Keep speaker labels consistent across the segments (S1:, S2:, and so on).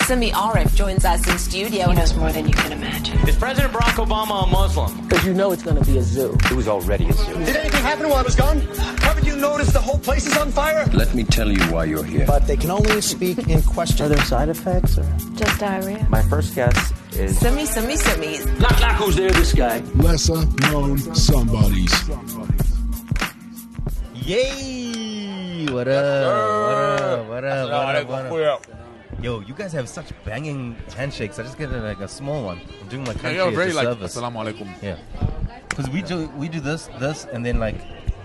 S1: Simi Arif joins us in studio.
S2: He knows more than you can imagine.
S3: Is President Barack Obama a Muslim?
S4: Because you know it's going to be a zoo.
S5: It was already a zoo.
S6: Did anything happen while I was gone? Haven't you noticed the whole place is on fire?
S7: Let me tell you why you're here.
S8: But they can only speak in question.
S9: Are there side effects or
S10: just diarrhea?
S5: My first guess is
S1: Simi, Simi, Simi.
S11: Knock, knock, who's there? This guy.
S12: Lesser known somebodies.
S13: Yay! What up? What up? What up? What up? What up? Yo, you guys have such banging handshakes. I just get uh, like a small one. I'm doing my country yeah, yo, very like, service.
S14: Assalamu alaikum.
S13: Yeah. Because we do we do this, this, and then like.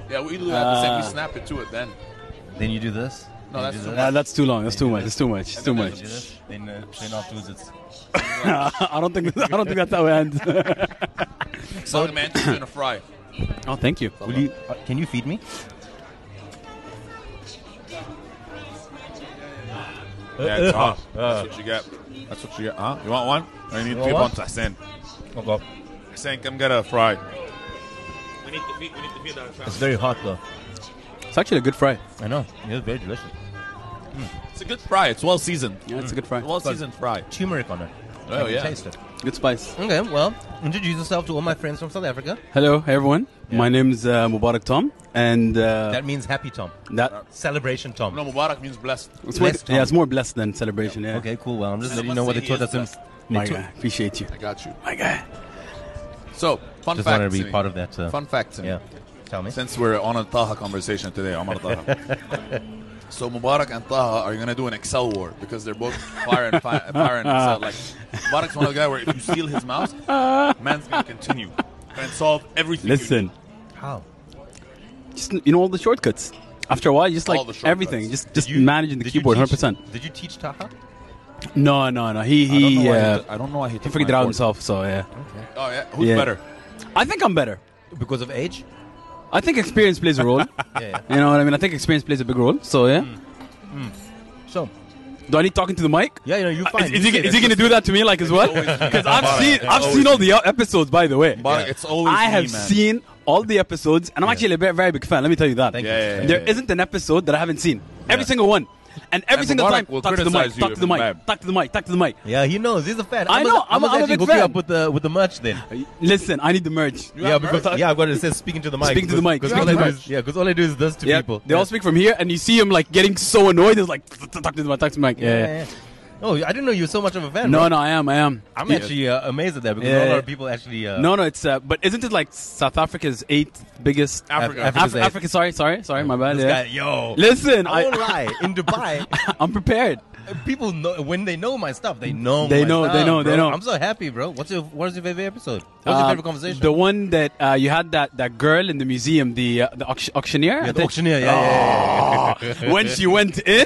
S14: Yeah, we do uh, the same. We snap it to it then.
S13: Uh, Then you do this.
S14: No, that's too,
S15: nah, Uh, that's too long. That's too much. It's too much. It's too much.
S13: Then, uh, then afterwards, it's.
S15: I don't think I don't think that's how it ends.
S14: Sorry, man. Just gonna fry.
S15: Oh, thank you.
S13: Will you uh, can you feed me? uh,
S14: Yeah, it's hot.
S13: Oh,
S14: That's what you get. That's what you get. Huh? You want one? I need three ones. I send.
S13: Okay.
S14: I send. Come get a fry.
S13: We need to feed. We need to feed our. It's very hot though.
S15: It's actually a good fry.
S13: I know. It's very delicious.
S14: Mm. It's a good fry. It's well seasoned.
S15: Yeah, it's mm. a good fry.
S14: Well seasoned fry.
S13: Turmeric on it.
S14: Oh yeah.
S13: Taste it.
S15: Good spice.
S13: Okay. Well, introduce yourself to all my friends from South Africa.
S15: Hello, everyone. Yeah. My name's uh, Mubarak Tom, and uh,
S13: that means happy Tom.
S15: That
S13: celebration Tom.
S14: No, Mubarak means blessed.
S15: It's blessed more, yeah, it's more blessed than celebration. Yeah. yeah.
S13: Okay, cool. Well, I'm just letting you know what they taught us. In,
S15: my guy, appreciate you.
S14: I got you.
S15: My guy.
S14: So, fun
S13: just
S14: fact.
S13: wanted to be part of that. Uh,
S14: fun fact.
S13: Yeah. Tell me.
S14: Since we're on a Taha conversation today, Omar Taha. So Mubarak and Taha are gonna do an Excel war because they're both fire and fire, fire and Excel. Like Mubarak's one of the guys where if you steal his mouse, man's gonna continue and solve everything.
S15: Listen,
S13: how?
S15: Just you know all the shortcuts. After a while, just like everything, just just you, managing the keyboard, hundred percent.
S13: Did you teach Taha?
S15: No, no, no. He he.
S14: I
S15: don't
S14: know, uh, I don't know why he,
S15: he figured it out board. himself. So yeah.
S14: Okay. Oh yeah. Who's
S15: yeah.
S14: better?
S15: I think I'm better
S13: because of age. Ah,
S15: I think experience plays a role. yeah, yeah. You know what I mean? I think experience plays a big role. So yeah. Mm.
S13: Mm. So.
S15: Do I need talking to the mic?
S13: Yeah, you know, you fine.
S15: Uh, Is, is he, is he going to do that to me like as well? Because I've seen I've seen all the episodes, by the way.
S14: But yeah. it's always
S15: I have
S14: me,
S15: seen all the episodes, and I'm actually a very, very big fan. Let me tell you that.
S13: Thank
S15: yeah, you. There isn't an episode that I haven't seen. Every single one. And every
S14: And
S15: single
S14: Mubarak
S15: time,
S14: will
S15: talk to the mic,
S14: criticize you
S15: talk to the
S14: in
S15: mic,
S14: lab.
S15: talk to the mic, talk to the mic.
S13: Yeah, he knows. He's a fan.
S15: I know, I'm a- I'm a
S13: actually
S15: big
S13: hook you
S15: fan.
S13: up with the with the merch then.
S15: Listen, I need the merch.
S14: You
S13: yeah,
S14: have
S13: because
S14: merch?
S13: yeah, I've got it says speaking to the mic.
S15: Speaking to the mic.
S13: Because
S15: Speaking
S13: all,
S15: to
S13: I
S15: the
S13: do
S15: mic.
S13: is- yeah, 'cause all I do is this to
S15: Yeah,
S13: people.
S15: They all
S13: Yeah.
S15: speak from here, and you see him like getting so annoyed. It's like talk to the mic, talk to the mic. Yeah,
S13: Yeah,
S15: yeah.
S13: yeah. Oh, I didn't know you were so much of a fan.
S15: No,
S13: bro.
S15: no, I am, I am.
S13: I'm
S15: Yeah.
S13: actually uh, amazed at that because
S15: Yeah,
S13: a lot
S15: yeah.
S13: of people actually. Uh,
S15: No, no, it's uh, but isn't it like South Africa's eighth biggest?
S14: Africa.
S13: Af-
S15: Af-
S13: Africa's eighth.
S15: Africa, sorry, sorry, sorry, my bad.
S13: This
S15: yeah.
S13: guy, yo.
S15: Listen,
S13: I
S15: I,
S13: won't lie. In Dubai,
S15: I'm prepared.
S13: people know when they know my stuff. They know.
S15: They
S13: my
S15: know, they
S13: stuff,
S15: know, they
S13: bro.
S15: know.
S13: I'm so happy, bro. What's your What's your favorite episode? What's your
S15: Uh,
S13: favorite conversation?
S15: The one that uh, you had that, that girl in the museum, the uh, the auction- auctioneer.
S13: yeah,
S15: I
S13: the
S15: think.
S13: auctioneer. Yeah,
S15: Oh,
S13: yeah, yeah, yeah.
S15: when she went in,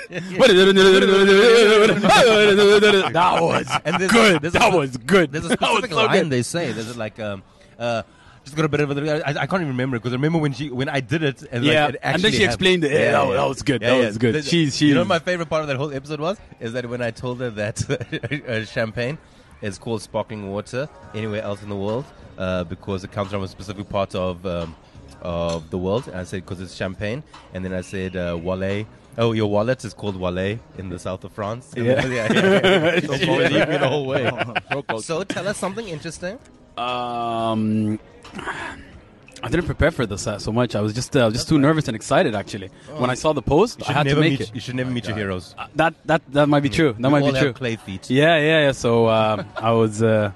S15: that was
S13: And there's-
S15: good.
S13: there's
S15: that
S13: a-
S15: was good.
S13: There's a
S15: That was
S13: specific
S15: so
S13: line
S15: good.
S13: they say. There's like um, uh, just got a bit of a. I, I can't even remember because I remember when she when I did it and like,
S15: Yeah, and
S13: it
S15: then
S13: actually
S15: she explained it.
S13: happened.
S15: Yeah, that was- that was good. That was good.
S13: There's-
S15: She's-
S13: you know
S15: she's-
S13: what my favorite part of that whole episode was is that when I told her that uh, champagne is called sparkling water anywhere else in the world uh, because it comes from a specific part of. Um, of the world, and I said because it's champagne, and then I said uh, Wale. Oh, your wallet is called Wale in the south of France. And
S15: Yeah.
S13: then- yeah, yeah, yeah. So
S15: Yeah.
S13: believe me the whole way.
S14: So close.
S13: So tell us something interesting.
S15: Um, I didn't prepare for this uh, so much. I was just uh, I was just too nervous and excited actually. When I saw the post, I had to
S13: never
S15: make
S13: meet,
S15: it.
S13: Oh. You should never meet your heroes.
S15: Uh, that that that might be true. That
S13: We
S15: might
S13: all
S15: be
S13: have
S15: true.
S13: clay feet.
S15: Yeah, yeah, yeah. So um, I was. Uh,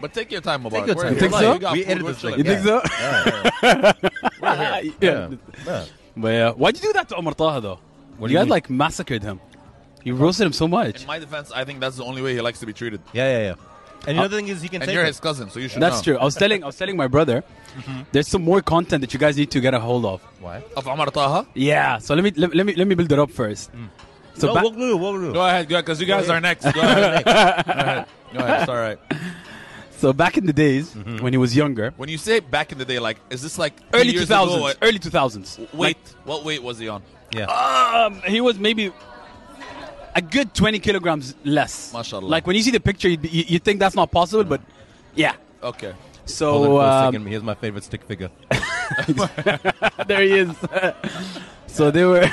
S14: But take your time, Mubarak.
S13: Take your
S14: We're
S13: time.
S15: You
S14: here.
S15: think
S14: We're
S15: so?
S14: live. You got
S13: We
S14: food.
S13: edited
S14: We're
S13: this thing.
S14: chilling.
S15: you think so?
S13: Yeah,
S15: yeah.
S13: yeah, yeah.
S15: But yeah, why'd you do that to Omar Taha though?
S13: What do
S15: you
S13: you
S15: guys
S13: mean?
S15: like massacred him. You roasted him so much.
S14: In my defense, I think that's the only way he likes to be treated.
S13: yeah, yeah, yeah. Uh, And the other thing is, he can
S14: And
S13: take
S14: you're
S13: it.
S14: his cousin, so you should
S15: That's
S14: know.
S15: true. I was telling I was telling my brother, there's some more content that you guys need to get a hold of.
S13: Why?
S14: Of Omar Taha?
S15: Yeah. So let me let, let me let me build it up first. So
S13: no,
S15: ba-
S13: walk through, walk through.
S14: Go ahead, go because you guys are next. Go ahead. Go ahead. Go ahead. It's all right.
S15: so back in the days when he was younger,
S14: When you say back in the day, like, is this like three
S15: early
S14: years
S15: two
S14: ago or-
S15: thousands, early two thousands.
S14: Wait, what weight was he on?
S13: Yeah.
S15: Um, he was maybe a good 20 kilograms less.
S14: Mashallah.
S15: Like when you see the picture, you, you, you think that's not possible, but yeah.
S14: Okay.
S13: Hold on
S15: So
S13: for a
S15: um,
S13: second. Here's my favorite stick figure.
S15: there he is. so they were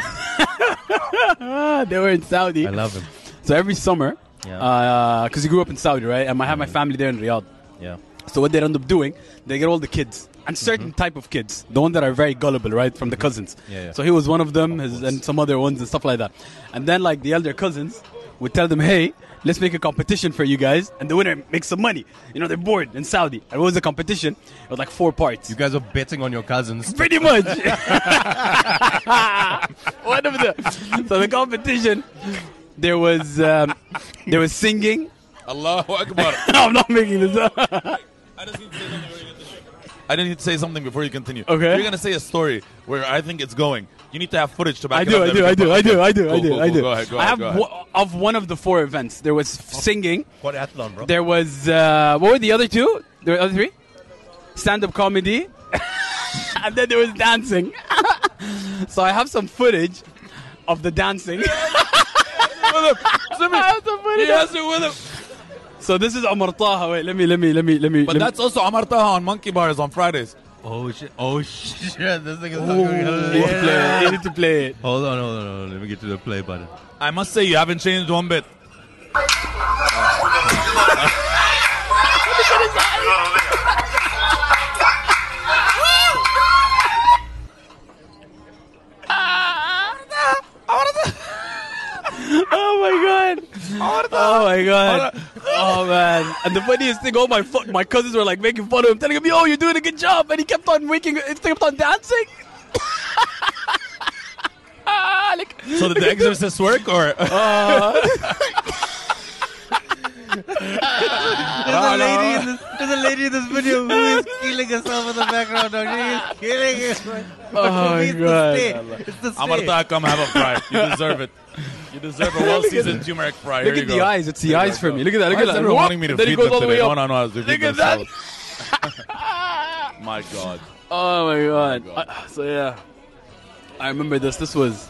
S15: they were in Saudi.
S13: I love him.
S15: So every summer,
S13: Yeah. Mm-hmm.
S15: because he grew up in Saudi, right? And I have my family there in Riyadh.
S13: Yeah.
S15: So what they end up doing, they get all the kids and certain type of kids, the ones that are very gullible, right, from the cousins.
S13: Mm-hmm. Yeah, yeah.
S15: So he was one of them, his, and some other ones and stuff like that. And then like the elder cousins would tell them, hey. Let's make a competition for you guys, and the winner makes some money. You know they're bored in Saudi. And what was the competition? It was like four parts.
S13: You guys are betting on your cousins.
S15: Pretty much. One of the so the competition. There was um, there was singing.
S14: Allahu Akbar.
S15: I'm not making this up.
S14: I didn't need to say something before you continue.
S15: Okay.
S14: You're gonna say a story where I think it's going. You need to have footage to
S15: I
S14: back it
S15: do,
S14: up.
S15: I
S14: that
S15: do,
S14: we
S15: I
S14: can
S15: do, I
S14: put-
S15: do, I
S14: Okay,
S15: do, I
S14: cool,
S15: do,
S14: cool,
S15: I do.
S14: Go ahead, go
S15: I
S14: ahead,
S15: have
S14: go ahead.
S15: wo- of one of the four events. There was singing.
S13: Quadathlon, bro.
S15: There was uh, what were the other two? There were other three. Stand-up comedy, and then there was dancing. so I have some footage of the dancing. I have some footage.
S14: He has it with him.
S15: So this is Omar Taha. Wait, let me, let me, let me, let me.
S14: But
S15: let me-
S14: that's also Amar Taha on Monkey Bars on Fridays.
S13: Oh shit! Oh shit! This thing is
S15: You need to
S13: not
S15: play it. You need to play it.
S13: Hold on, hold on, hold on. Let me get to the play button.
S14: I must say you haven't changed one bit.
S15: Oh my god! Oh my god! Oh man! And the funniest thing, all my fu- my cousins were like making fun of him, telling him, "Yo, you're doing a good job," and he kept on waking, he kept on dancing. Ah, like,
S14: So did the exorcist work or?
S13: Uh. There's a lady in this. There's a lady in this video who is killing herself in the background. Dog. She is killing herself.
S15: oh my god!
S13: It's the
S14: Amar Taha, come have a fry. You deserve it. You deserve a well-seasoned turmeric fry.
S15: Look
S14: Here
S15: at
S14: you
S15: the
S14: go.
S15: eyes. It's the
S14: Here
S15: eyes
S14: you
S15: for
S14: go.
S15: me. Look at that. Look
S14: Why
S15: at
S14: is
S15: that.
S14: everyone
S15: Whoop!
S14: wanting me to
S15: then
S14: feed
S15: it goes
S14: them
S15: all the way
S14: today?
S15: up.
S14: No, no, no. I was
S15: Look at that.
S14: that. My God.
S15: Oh my god.
S14: God.
S15: Uh, so yeah, I remember this. This was.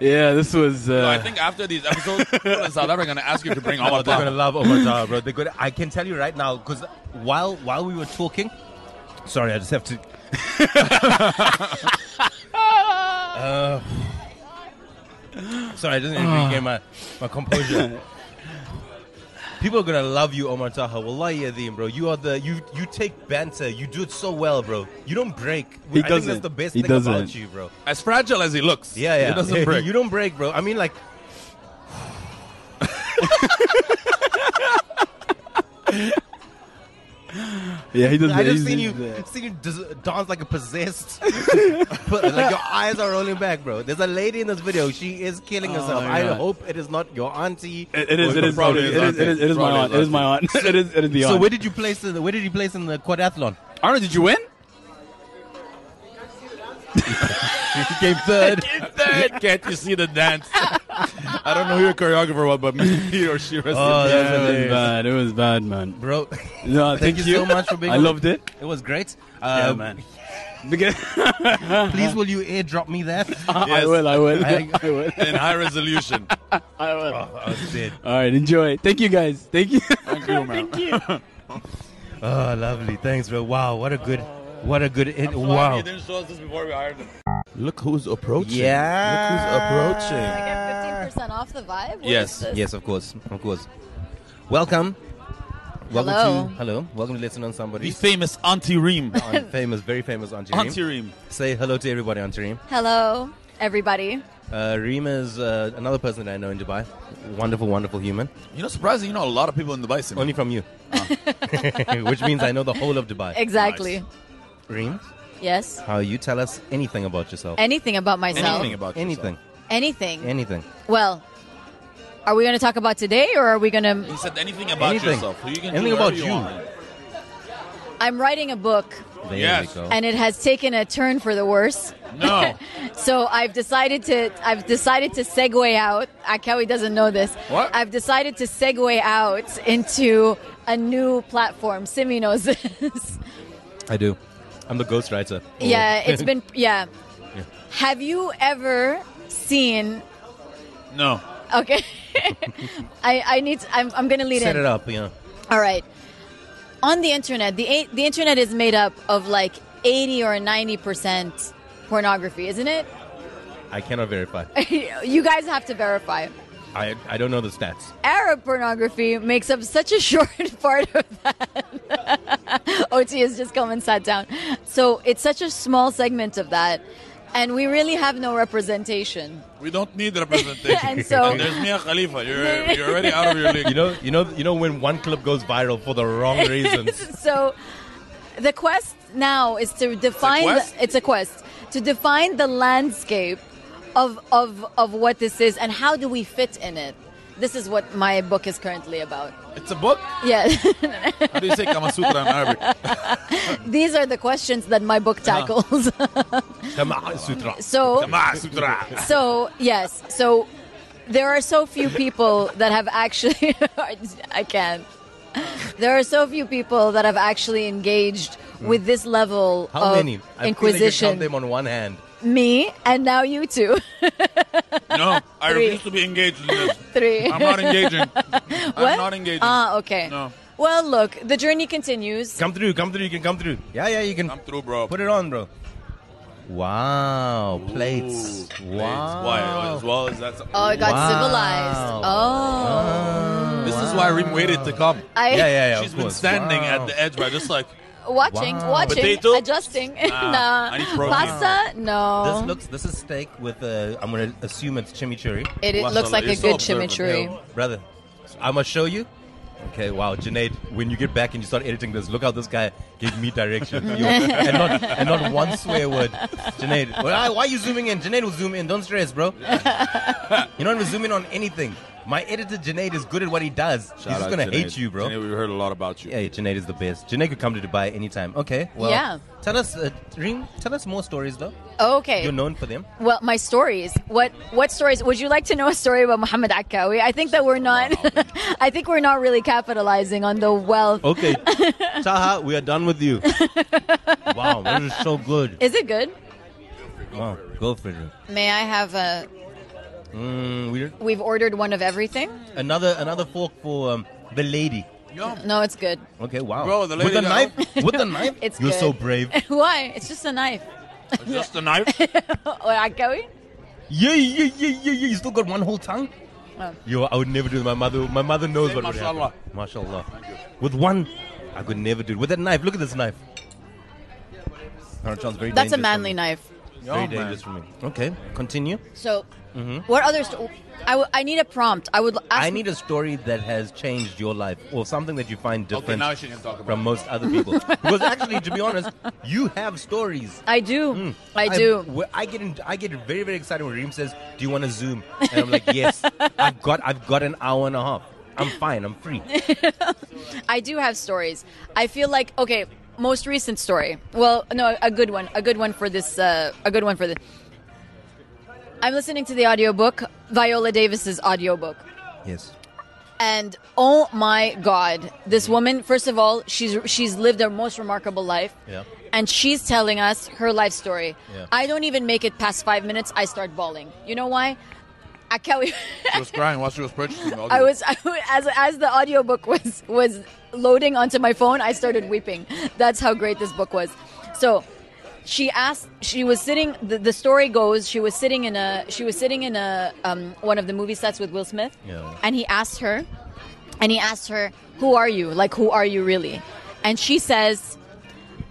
S15: Yeah, this was. Uh,
S14: So I think after these episodes, people in South Africa are going to ask you to bring Amar
S13: they're gonna
S14: Taha.
S13: love Omatar, bro. They're gonna. I can tell you right now because while while we were talking, sorry, I just have to. Uh, sorry, I just need to regain my my composure. People are gonna love you, Omar Taha. Wallahi Adeem, bro. You are the you you take banter. You do it so well, bro. You don't break.
S15: He
S13: I think that's
S15: doesn't.
S13: the best
S15: He
S13: thing
S15: doesn't.
S13: about you, bro.
S14: As fragile as he looks,
S13: Yeah, yeah.
S14: he doesn't break.
S13: You don't break, bro. I mean, like,
S15: yeah, he doesn't.
S13: I just
S15: he's-
S13: seen you
S15: he's, uh,
S13: seen you dis- dance like a possessed. but, like your eyes are rolling back, bro. There's a lady in this video. She is killing herself.
S15: my
S13: I
S15: God.
S13: hope it is not your auntie.
S15: It, it is. It is. It
S14: Probably
S15: is.
S14: is
S15: It is, it is, it is my
S14: Probably
S15: aunt. It is my aunt. It is. It is the aunt.
S13: so where did you place? In the, where did you place in the quadathlon?
S15: Arnold, did you win?
S13: He came third.
S14: Eh, Can't you see the dance? I don't know who your choreographer was, but maybe he or she was.
S13: Oh, that's
S15: it was
S13: hilarious.
S15: bad. It was bad, man.
S13: bro.
S15: No,
S13: Thank, you so much for being.
S15: I
S13: on.
S15: loved it.
S13: It was great. Um,
S15: Because-
S13: Please, will you airdrop me that?
S15: I will. I will.
S13: I-
S15: I will.
S14: in high resolution.
S15: I will.
S13: Oh, I was dead.
S15: All right. Enjoy. Thank you, guys. Thank you. Thank you, man.
S13: Oh, lovely. Thanks, bro. Wow, what a good, what a good. It, wow.
S14: didn't show us this before we hired him. Look who's approaching.
S13: Yeah.
S14: Look who's approaching.
S2: Get 15% off the vibe? What
S14: Yes.
S2: is this?
S13: Yes, of course, of course. Welcome. Welcome
S2: Hello.
S13: to hello. Welcome to Listen on
S14: The
S13: Somebody.
S14: famous Auntie Reem.
S13: on famous, very famous Auntie Reem.
S14: Auntie Reem.
S13: Say hello to everybody, Auntie Reem.
S2: Hello, everybody.
S13: Uh, Reem is uh, another person that I know in Dubai. Wonderful, wonderful human.
S14: You know, surprising, you know a lot of people in the bison.
S13: Only from you, Ah. which means I know the whole of Dubai.
S2: Exactly.
S13: Reem,
S2: Yes.
S13: how you tell us anything about yourself?
S2: Anything about myself.
S14: Anything about
S13: anything,
S2: Anything.
S13: anything.
S2: well, are we going to talk about today or are we going
S14: He
S2: to.
S14: said anything about
S13: Anything.
S14: yourself. You can do
S13: Anything
S14: whatever
S13: about you.
S14: want.
S2: I'm writing a book
S13: There
S14: Yes.
S13: we go.
S2: and it has taken a turn for the worse.
S14: No.
S2: So I've decided to I've decided to segue out. Akawi doesn't know this.
S14: What?
S2: I've decided to segue out into a new platform. Simi knows this.
S13: I do. I'm the ghostwriter.
S2: yeah,
S14: Oh.
S2: it's been yeah. Have you ever seen
S14: no.
S2: Okay. I, I need. To, I'm, I'm going to lead
S13: set
S2: in.
S13: it up. Yeah.
S2: All right. On the internet, the a- the internet is made up of like 80 or 90 percent pornography, isn't it?
S13: I cannot verify.
S2: you guys have to verify.
S13: I, I don't know the stats.
S2: Arab pornography makes up such a short part of that. OT has just come and sat down. So it's such a small segment of that. And we really have no representation.
S14: We don't need representation.
S2: And so-
S14: there's Mia Khalifa. You're, you're already out of your league.
S13: You know, you know, you know when one clip goes viral for the wrong reasons.
S2: So the quest now is to define
S14: quest?
S2: The, it's a quest to define the landscape of, of of what this is and how do we fit in it. This is what my book is currently about.
S14: it's a book.
S2: Yeah.
S14: How do you say Kama Sutra in Arabic?
S2: These are the questions that my book
S13: Uh-huh.
S2: tackles.
S13: Kama Sutra.
S2: so uh,
S14: Kama Sutra.
S2: So yes, so there are so few people that have actually. I can't. There are so few people that have actually engaged with this level
S13: Hmm. How
S2: of
S13: many? I Feel
S2: inquisition.
S13: like I count them on one hand.
S2: Me and now you two,
S14: No, I
S2: Three.
S14: refuse to be engaged in this.
S2: three.
S14: I'm not engaging. I'm
S2: What?
S14: not engaging.
S2: Ah, okay.
S14: No.
S2: Well, look, the journey continues.
S13: Come through, come through. You can come through. Yeah, yeah, you can
S14: I'm through, bro.
S13: put it on, bro. Wow,
S14: Ooh,
S13: plates.
S14: plates.
S13: Wow.
S14: Why? As well as that's.
S2: Oh, it got
S13: Wow. Ah.
S2: civilized. Oh,
S14: this is why Reem waited to come.
S2: I
S13: Yeah, yeah, yeah.
S14: She's
S13: of
S14: been
S13: course.
S14: standing
S13: Wow.
S14: at the edge, right? Just like
S2: watching,
S13: Wow.
S2: watching,
S14: Potato?
S2: adjusting.
S14: Ah,
S2: nah,
S14: I need protein.
S2: pasta. No,
S13: This looks. This is steak with. Uh, I'm gonna assume it's chimichurri,
S2: it, it
S14: Mashallah,
S2: looks like
S14: you're
S2: a
S14: so
S2: good
S14: observant.
S2: chimichurri.
S13: brother. I'm gonna show you. Okay, wow, Junaid. When you get back and you start editing this, look how this guy gave me direction, Yo, and not and not one swear word. Junaid, why, why are you zooming in? Junaid will zoom in. Don't stress, bro. You're not even zooming on anything. My editor Junaid is good at what he does. He's just gonna hate you, bro.
S14: we heard a lot about you.
S13: Yeah, Junaid is the best. Junaid could come to Dubai anytime. Okay, well,
S2: Yeah.
S13: Tell us, uh, Reem, Tell us more stories, though.
S2: Okay.
S13: You're known for them.
S2: Well, my stories. What what stories? Would you like to know a story about Muhammad Akawi? I think that we're not. I think we're not really capitalizing on the wealth.
S13: Okay, Taha, we are done with you. wow, this is so good.
S2: Is it good?
S13: Wow, go Frederick.
S2: May I have a?
S13: Mm, weird.
S2: We've ordered one of everything.
S13: Another another fork for um, the lady.
S2: No, it's good.
S13: Okay, wow.
S14: Bro, the
S13: with
S14: lady
S13: the
S14: got-
S13: knife. With the knife.
S2: It's
S13: You're so
S2: good.
S13: brave.
S2: Why? It's just a knife.
S14: Just a knife.
S2: Oh, Akawi.
S13: Yeah, yeah, yeah, yeah, yeah. You still got one whole tongue.
S2: Oh.
S13: Yo, I would never do it. My mother, my mother knows
S14: Say
S13: what would
S14: mashallah.
S13: happen. Mashallah. With one, I could never do it. With that knife, look at this knife. Oh, it sounds very
S2: That's
S13: dangerous
S2: a
S13: for
S2: manly
S13: me.
S2: knife.
S13: Very
S14: Oh, man.
S13: dangerous for me. Okay, continue.
S2: So, what other? Sto- I, w- I need a prompt. I would. l- Ask
S13: Mm-hmm. I need a story that has changed your life or something that you find
S14: Okay,
S13: different
S14: now she can talk about
S13: from most other people. because actually, to be honest, you have stories.
S2: I do. I do.
S13: wh- Mm. I get in, I get very very excited when Reem says, "Do you want to zoom?" And I'm like, "Yes, I've got I've got an hour and a half. I'm fine. I'm free."
S2: I do have stories. I feel like okay, most recent story. Well, no, a good one. A good one for this. Uh, a good one for this. I'm listening to the audiobook, Viola Davis's audiobook.
S13: Yes.
S2: And oh my god, this woman, first of all, she's she's lived her most remarkable life.
S13: Yeah.
S2: And she's telling us her life story.
S13: Yeah.
S2: I don't even make it past 5 minutes, I start bawling. You know why? I can't
S14: She was crying while she was purchasing. all
S2: I
S14: the-
S2: was, I was as as the audiobook was was loading onto my phone, I started weeping. That's how great this book was. So, she asked she was sitting the, the story goes she was sitting in a she was sitting in a um, one of the movie sets with Will Smith.
S13: Yeah.
S2: And he asked her and he asked her, "Who are you? Like who are you really?" And she says,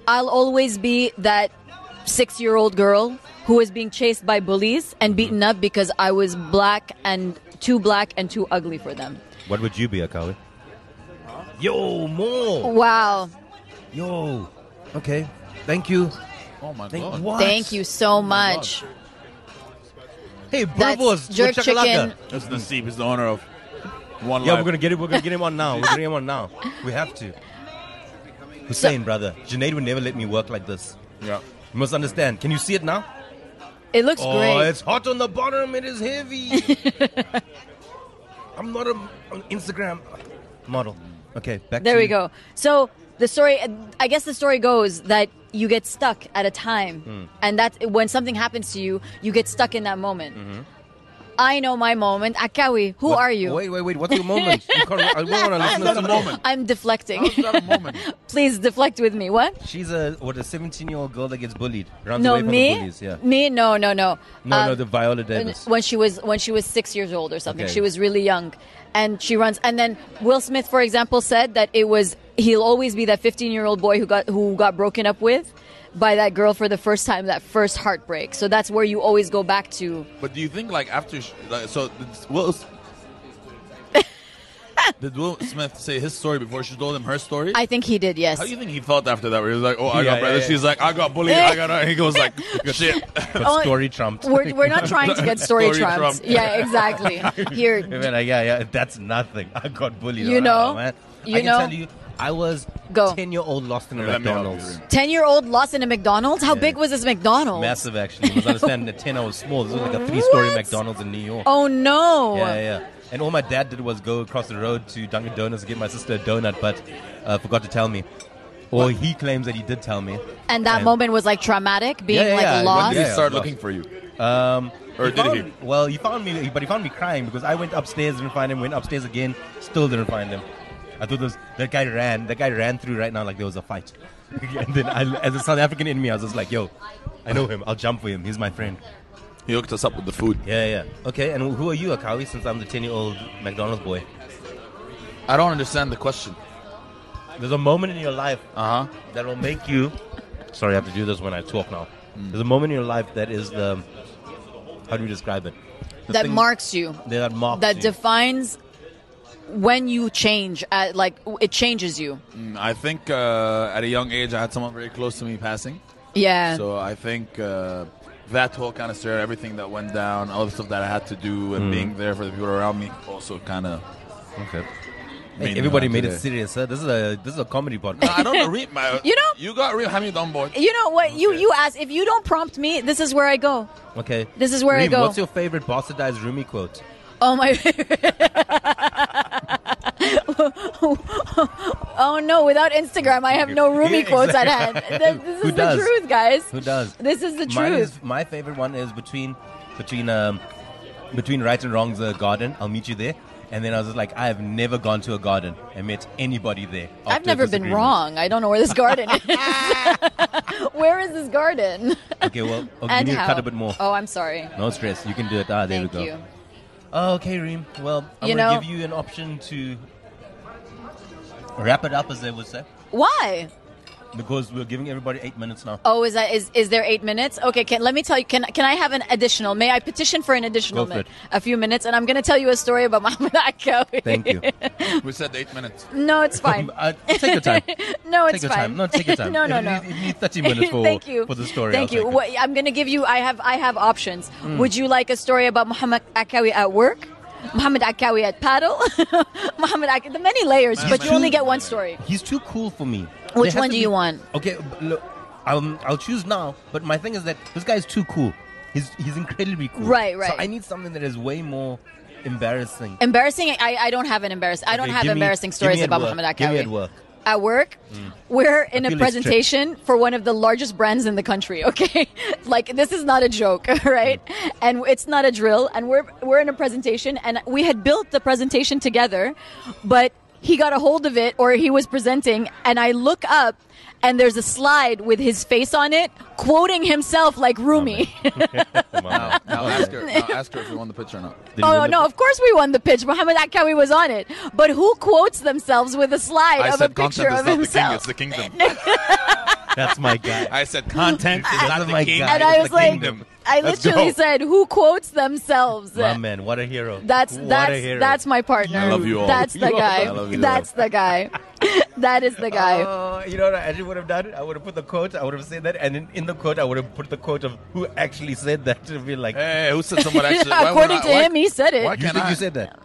S2: "I'll always be that 6-year-old girl who was being chased by bullies and beaten up because I was black and too black and too ugly for them."
S13: What would you be, Akawi? Yo, more.
S2: Wow.
S13: Yo. Okay. Thank you.
S14: Oh my
S13: Thank,
S14: god.
S13: what?
S2: Thank you so much.
S13: Hey,
S2: That's
S13: bravos.
S2: jerk chicken.
S14: That's Nasib. He's the owner of One
S13: Yeah,
S14: Life.
S13: we're gonna get it. We're gonna get him on now. We're gonna get him on now. We have to. Hussein, brother, Junaid would never let me work like this.
S14: Yeah.
S13: You must understand. Can you see it now?
S2: It looks
S13: oh,
S2: great.
S13: it's hot on the bottom. It is heavy. I'm not a, an Instagram model. Okay, back.
S2: There
S13: to
S2: we
S13: you.
S2: go. So the story, I guess the story goes that you get stuck
S13: Hmm.
S2: at a time, and that when something happens to you, you get stuck in that moment. I know my moment. Akawi, who
S13: What-
S2: are you?
S13: Mm-hmm. Wait, wait, wait. What's your moment? You can't, I want to listen to
S14: That's a
S13: the
S14: moment.
S2: I'm deflecting.
S14: How's that a moment?
S2: Please deflect with me. What?
S13: She's a what a 17 year old girl that gets bullied, runs
S2: No,
S13: away from
S2: me?
S13: the bullies. Yeah.
S2: Me? No, no, no.
S13: No,
S2: Um,
S13: no, the Viola
S2: when-
S13: Davis.
S2: when she was when she was six years old or something.
S13: Okay.
S2: She was really young, and she runs. And then Will Smith, for example, said that it was he'll always be that 15 year old boy who got who got broken up with by that girl for the first time, that first heartbreak. So that's where you always go back to.
S14: But do you think like after sh- like, so did Will did Will Smith say his story before she told him her story?
S2: I think he did. Yes.
S14: How do you think he felt after that? Where he was like, "Oh, I
S13: Yeah,
S14: got brother."
S13: yeah, yeah.
S14: She's like, "I got bullied." I got. He goes like, "Shit."
S13: But
S2: Oh,
S13: story trumped.
S2: We're, we're not trying to get story,
S14: Story
S2: trumps.
S14: trumped.
S2: Yeah, exactly. Here,
S13: I mean, like, yeah, yeah, that's nothing. I got bullied.
S2: You
S13: around,
S2: know?
S13: man.
S2: You
S13: I can
S2: know?
S13: tell you, I was
S2: Go.
S13: 10 year old lost in a
S14: Let me help you.
S13: McDonald's.
S2: ten year old lost in a McDonald's. How
S13: Yeah.
S2: big was this McDonald's?
S13: Oh. Massive, actually. You must understand, at 10, I was small. This was like a three story
S2: What?
S13: McDonald's in New York.
S2: Oh no!
S13: Yeah, yeah, yeah. And all my dad did was go across the road to Dunkin' Donuts to get my sister a donut, but uh, forgot to tell me. Or he claims that he did tell me.
S2: And that
S13: And-
S2: moment was like traumatic, being
S13: Yeah, yeah,
S2: like
S13: yeah.
S2: lost.
S14: Did he
S13: Yeah,
S14: start
S13: yeah.
S14: looking for you?
S13: Um,
S14: Or did
S13: found-
S14: he?
S13: Well, he found me, but he found me crying because I went upstairs didn't find him. Went upstairs again, still didn't find him. I thought those that guy ran. That guy ran through right now like there was a fight. and then, I, as a South African in me, I was just like, "Yo, I know him. I'll jump for him. He's my friend."
S14: He hooked us up with the food.
S13: Yeah, yeah. Okay, and who are you, Akawi? Since I'm the ten-year-old McDonald's boy,
S14: I don't understand the question.
S13: there's a moment in your life
S14: Uh huh.
S13: that will make you. Sorry, I have to do this when I talk now. There's a moment in your life that is the. How do you describe it? The
S2: that
S13: thing
S2: marks you.
S13: That marks
S2: That
S13: you.
S2: defines when you change. At, like it changes you.
S14: I think uh, at a young age, I had someone very close to me passing.
S2: Yeah.
S14: So I think uh, that whole kind of stir, everything that went down, all the stuff that I had to do, and being there for the people around me, also kind of.
S13: Okay. Hey, everybody made it serious. Huh? This is a this is a comedy podcast.
S14: I don't read my.
S2: You know-
S14: you got real Hamid on board.
S2: you know what? You you ask if you don't prompt me. This is where I go.
S13: Okay.
S2: This is where I
S13: Reem,
S2: go.
S13: What's your favorite bastardized roomie quote?
S2: Oh my. oh no! Without Instagram, I have no roomie quotes at hand. Th- This
S13: Who
S2: is the
S13: does?
S2: truth, guys.
S13: Who does?
S2: This is the
S13: Mine
S2: truth.
S13: is, my favorite one is between between um between right and wrong's uh, garden. I'll meet you there. And then I was just like, I have never gone to a garden and met anybody there.
S2: I've
S13: after a
S2: never been
S13: disagreement.
S2: wrong. I don't know where this garden is. where is this garden?
S13: Okay, well, okay, you
S2: and
S13: need
S2: how?
S13: to cut a bit more.
S2: Oh, I'm sorry.
S13: No stress. You can do it. Ah, there
S2: Thank
S13: we go.
S2: you.
S13: Oh, okay, Reem. Well, I'm
S2: You
S13: gonna
S2: know-
S13: give you an option to wrap it up, as they would say,
S2: Why?
S13: because we're giving everybody eight minutes now.
S2: Oh, is that is is there eight minutes? Okay, can, let me tell you. Can can I have an additional? May I petition for an additional
S13: Go for
S2: minute,
S13: it.
S2: a few minutes? And I'm going to tell you a story about Muhammad Akawi.
S13: Thank you.
S14: We said eight minutes.
S2: No, it's fine.
S13: Um, uh, take your time.
S2: No, it's
S13: take your
S2: fine.
S13: time. No, take your time.
S2: no, no,
S13: It
S2: no.
S13: need- It needs 30 minutes for,
S2: Thank you.
S13: for the story.
S2: Thank
S13: I'll
S2: you.
S13: take it. Mm.
S2: What, I'm going to give you. I have. I have options. Would you like a story about Muhammad Akawi at work? Muhammad Akawi at paddle. Muhammad Akawi. The many layers, but you only get one story.
S13: He's too cool for me.
S2: Which
S13: There has
S2: one
S13: to
S2: do you want?
S13: Okay, b- look, um, I'll choose now. But my thing is that this guy is too cool. He's he's incredibly cool.
S2: Right, right.
S13: So I need something that is way more embarrassing.
S2: Embarrassing. I, I don't have an embarrassing. I don't
S13: Okay,
S2: have
S13: give me-
S2: embarrassing
S13: give
S2: stories
S13: me at
S2: about
S13: work.
S2: Muhammad Akawi.
S13: Give me at work.
S2: at work
S14: Mm.
S2: we're in
S13: I
S2: a
S13: feel it's
S2: presentation for one of the largest brands in the country okay like this is not a joke right
S14: Mm.
S2: and it's not a drill and we're we're in a presentation and we had built the presentation together but he got a hold of it or he was presenting and i look up and there's a slide with his face on it quoting himself like Rumi.
S14: Oh,
S13: Wow.
S14: Now ask her. Now ask her if you want the picture or not.
S13: Did he
S2: oh
S13: win
S2: no,
S13: the-
S2: of course we won the pitch. Muhammad Akawi was on it. But who quotes themselves with a slide
S14: I
S2: of a
S14: said
S2: picture
S14: content
S2: of
S14: is not
S2: himself?
S14: the king; it's the kingdom.
S13: That's my guy.
S14: I said content is
S13: That's
S14: not the
S13: my
S14: king.
S13: guy.
S2: and
S13: It's
S2: I
S13: the
S2: was like,
S13: kingdom.
S2: I
S14: Let's
S2: literally
S14: go.
S2: said, "Who quotes themselves?"
S13: My man, what a hero.
S2: That's
S13: what a
S2: that's
S13: hero.
S2: that's my partner.
S14: I love you all.
S2: That's the
S14: You all. Oh.
S2: guy.
S14: I love you
S2: That's the guy. that is the guy.
S13: Uh, you know what I actually would have done? I would have put the quote. I would have said that, and in, in the quote, I would have put the quote of who actually said that to be like,
S14: Hey, who said someone actually? why would
S2: According
S14: I-
S2: to
S14: why-
S2: him, he said it.
S14: why
S13: "You
S14: Can
S13: think
S14: I-
S13: you said that?"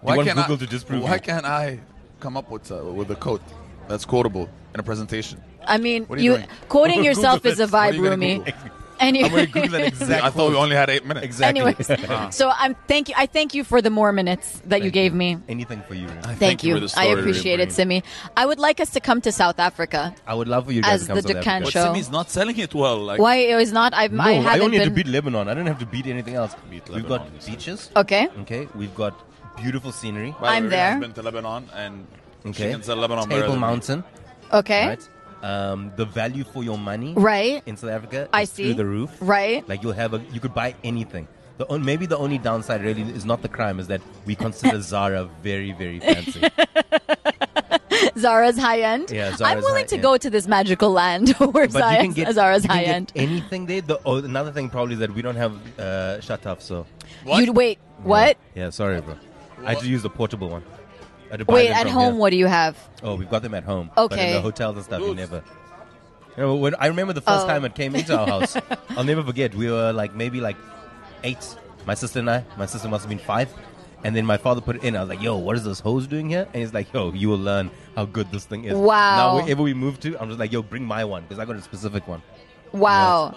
S14: Why
S13: You want
S14: can't
S13: Google
S14: I,
S13: to disprove
S14: Why
S13: you.
S14: can't I come up with a, with a quote that's quotable in a presentation?
S2: I mean,
S14: What are
S2: you,
S14: you doing?
S2: quoting yourself
S13: Google
S2: is a
S13: it.
S14: What are
S2: vibe,
S14: you gonna
S2: Rumi.
S14: Google?
S2: Anyway.
S13: I'm going to Google that exact
S14: I thought we
S13: quote.
S14: only had eight minutes.
S13: Exactly.
S2: Anyways,
S14: Ah.
S2: so I'm thank you. I thank you for the more minutes that you gave me.
S13: Anything for you. Rim.
S2: Thank,
S14: you
S2: you.
S14: for the
S2: I
S14: story
S2: appreciate
S14: you
S2: it, Simi. I would like us to come to South Africa.
S13: I would love for you guys
S2: As
S13: to come
S2: the
S13: South Africa.
S2: Dukan
S14: But
S2: show.
S14: Simi's not selling it well. Like,
S2: Why it was not? I've, I
S13: No, I,
S2: haven't
S13: only
S2: been.
S13: had to beat Lebanon. I don't have to beat anything else.
S14: Beat
S13: We've
S14: Lebanon, you
S13: got
S14: said.
S13: beaches.
S2: okay.
S14: Mm.
S13: Okay, we've got beautiful scenery.
S14: By the
S2: I'm
S14: way,
S2: there.
S14: I've been to Lebanon and she
S13: Okay,
S14: can sell Lebanon better
S13: Table
S14: than me.
S13: Mountain.
S2: Okay.
S13: Right. Um, the value for your money.
S2: Eh? Right.
S13: In South Africa,
S2: I
S13: is
S2: see.
S13: through the roof.
S2: Right.
S13: Like you'll have a, you could buy anything. The on, maybe the only downside really is not the crime is that we consider Zara very very fancy.
S2: Zara's high end.
S13: Yeah, Zara's
S2: I'm willing to
S13: high-end.
S2: go to this magical land where
S13: But you
S2: Zara,
S13: can get
S2: Zara's
S13: you can
S2: high
S13: get
S2: end.
S13: Anything there. The, oh, another thing probably is that we don't have uh, shut up. So
S14: What?
S2: You'd wait. What?
S13: Yeah, sorry, bro. I had to use the portable one. I had to buy
S2: Wait,
S13: them
S2: at
S13: from
S2: home,
S13: here.
S2: what do you have?
S13: Oh, we've got them at home. But
S2: Okay.
S13: in the hotels and stuff, you
S14: Oops.
S13: never. You know, when, I remember the first
S2: Oh.
S13: time it came into our house. I'll never forget. We were like maybe like eight. My sister and I. My sister must have been five. And then my father put it in. I was like, "Yo, what is this hose doing here?" And he's like, "Yo, you will learn how good this thing is."
S2: Wow.
S13: Now, wherever we move to, I'm just like, "Yo, bring my one because I got a specific one."
S2: Wow.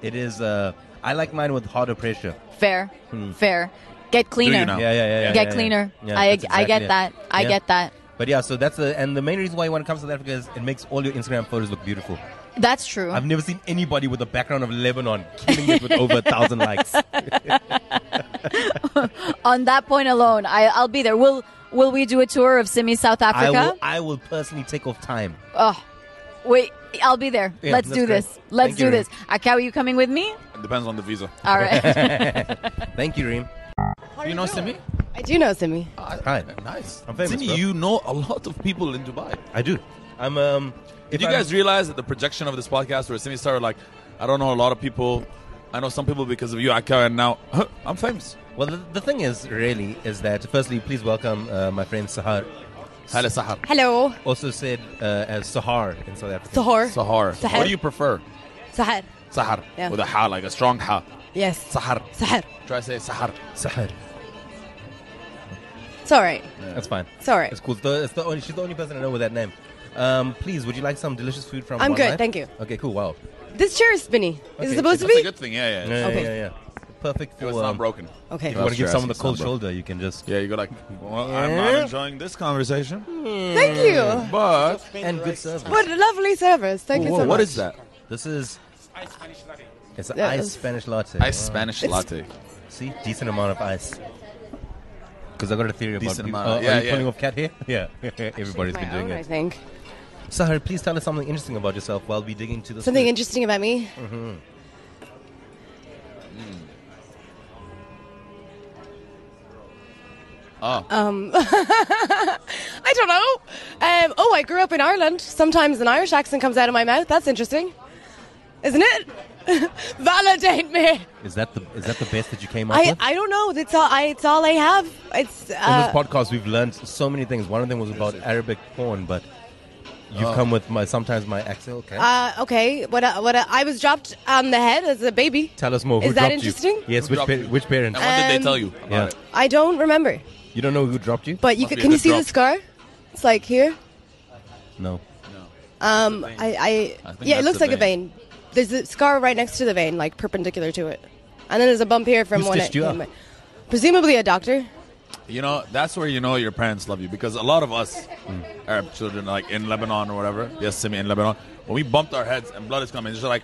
S13: It is. uh I like mine with harder pressure.
S2: Fair. Fair. Get cleaner.
S14: now?
S13: Hmm. Yeah, yeah, yeah. yeah,
S2: Oh. Get
S13: yeah, yeah.
S2: cleaner.
S13: Yeah,
S2: I,
S13: that's
S2: I get
S13: exactly it.
S2: that. I
S13: Yeah.
S2: get that.
S13: But yeah, so that's the and the main reason why you want to come to South Africa is it makes all your Instagram photos look beautiful.
S2: That's true.
S13: I've never seen anybody with a background of Lebanon killing it with over a thousand likes.
S2: On that point alone, I, I'll be there. Will Will we do a tour of Simi South
S13: I
S2: Africa?
S13: will, I will personally take off time.
S2: Oh, wait. I'll be there.
S13: Yeah,
S2: Let's
S13: that's
S2: do
S13: great.
S2: this. Let's
S13: Thank you,
S2: do this. Akau, you coming with me?
S14: It depends on the visa.
S2: All right.
S13: Thank you, Reem.
S14: you know Simi?
S4: I do know Simi.
S13: Hi.
S14: Nice.
S13: I'm famous,
S14: Simi,
S13: bro.
S14: you know a lot of people in Dubai.
S13: I do. I'm um.
S14: Did you guys realize that the projection of this podcast where Simi started like, I don't know a lot of people. I know some people because of you, Akka, and now huh, I'm famous.
S13: well, the, the thing is, really, is that firstly, please welcome uh, my friend Sahar.
S14: Hala Sahar.
S4: Hello.
S13: Also said uh, as Sahar in South Africa.
S4: Sahar.
S14: Sahar.
S4: Sahar.
S14: What do you prefer?
S4: Sahar.
S14: Sahar.
S4: Yeah.
S14: With a ha, like a strong ha.
S4: Yes.
S14: Sahar.
S4: Sahar.
S14: Try to say Sahar.
S4: Oh,
S13: Sahar.
S4: It's all right.
S13: That's fine.
S4: It's all right.
S13: It's cool. It's the, it's the only, she's the only person I know with that name. Um, please, would you like some delicious food from?
S4: I'm
S13: One
S4: good,
S13: Life?
S4: thank you.
S13: Okay, cool. Wow.
S4: This chair is spinny. Is
S13: Okay,
S4: it supposed to
S14: That's a
S4: be?
S14: good thing, yeah, yeah.
S13: Yeah,
S4: Okay.
S13: yeah, yeah. Perfect
S14: It
S13: for.
S14: was
S13: um,
S14: not broken.
S4: Okay.
S13: If you want to give
S14: Stress,
S13: someone the
S14: it's
S13: cold
S14: not broken.
S13: shoulder, you can just
S14: Yeah, you go like, well, I'm not enjoying this conversation,
S4: Thank you.
S14: but
S13: and good service.
S4: What a lovely service. Thank you so much.
S14: what is that?
S13: This is it's an
S4: Yeah,
S13: ice
S4: it's-
S13: Spanish latte.
S14: Ice
S13: Wow.
S14: Spanish latte.
S13: See, decent amount of ice. Because I got a theory about
S14: Decent
S13: people-
S14: amount.
S13: Oh,
S14: Yeah,
S13: are you
S14: yeah.
S13: pulling off cat hair? Yeah, everybody's
S4: My
S13: been doing
S4: own, I
S13: it.
S4: think.
S13: Sahar, please tell us something interesting about yourself while we dig into this.
S4: Something
S13: food.
S4: interesting about me.
S14: Oh.
S4: Um, I don't know. Um, oh, I grew up in Ireland. Sometimes an Irish accent comes out of my mouth. That's interesting, isn't it? Validate me.
S13: Is that the is that the best that you came up
S4: I,
S13: with?
S4: I don't know. It's all I. It's all I have. It's
S13: On this
S4: uh,
S13: podcast, we've learned so many things. One of them was about Arabic porn, but you've come with my sometimes my accent. Oh. Okay,
S4: uh, okay. What I, what I, I was dropped on the head as a baby.
S13: tell us more.
S4: is
S13: who
S4: that
S13: dropped
S4: interesting?
S13: You? Yes,
S14: Who
S13: which
S14: dropped
S13: par-
S14: you?
S13: which parent?
S14: And what did
S4: Um,
S14: they tell you about
S13: Yeah.
S14: it?
S4: I don't remember.
S13: You don't know who dropped you?
S4: But you
S14: Must
S4: can,
S14: be a
S4: can you
S14: good
S4: see
S14: drop.
S4: the scar? It's like here.
S13: No.
S4: Um, I,
S14: I
S4: I,
S14: think
S4: yeah, it
S14: that's
S4: looks
S14: the
S4: like a vein. There's a scar right next to the vein, like perpendicular to it, and then there's a bump here from
S13: Who
S4: when it
S13: stitched you up?
S4: came- Presumably a doctor.
S14: You know, that's where you know your parents love you because a lot of us Arab children, like in Lebanon or whatever, yes, Simi in Lebanon, when we bumped our heads and blood is coming, it's just like,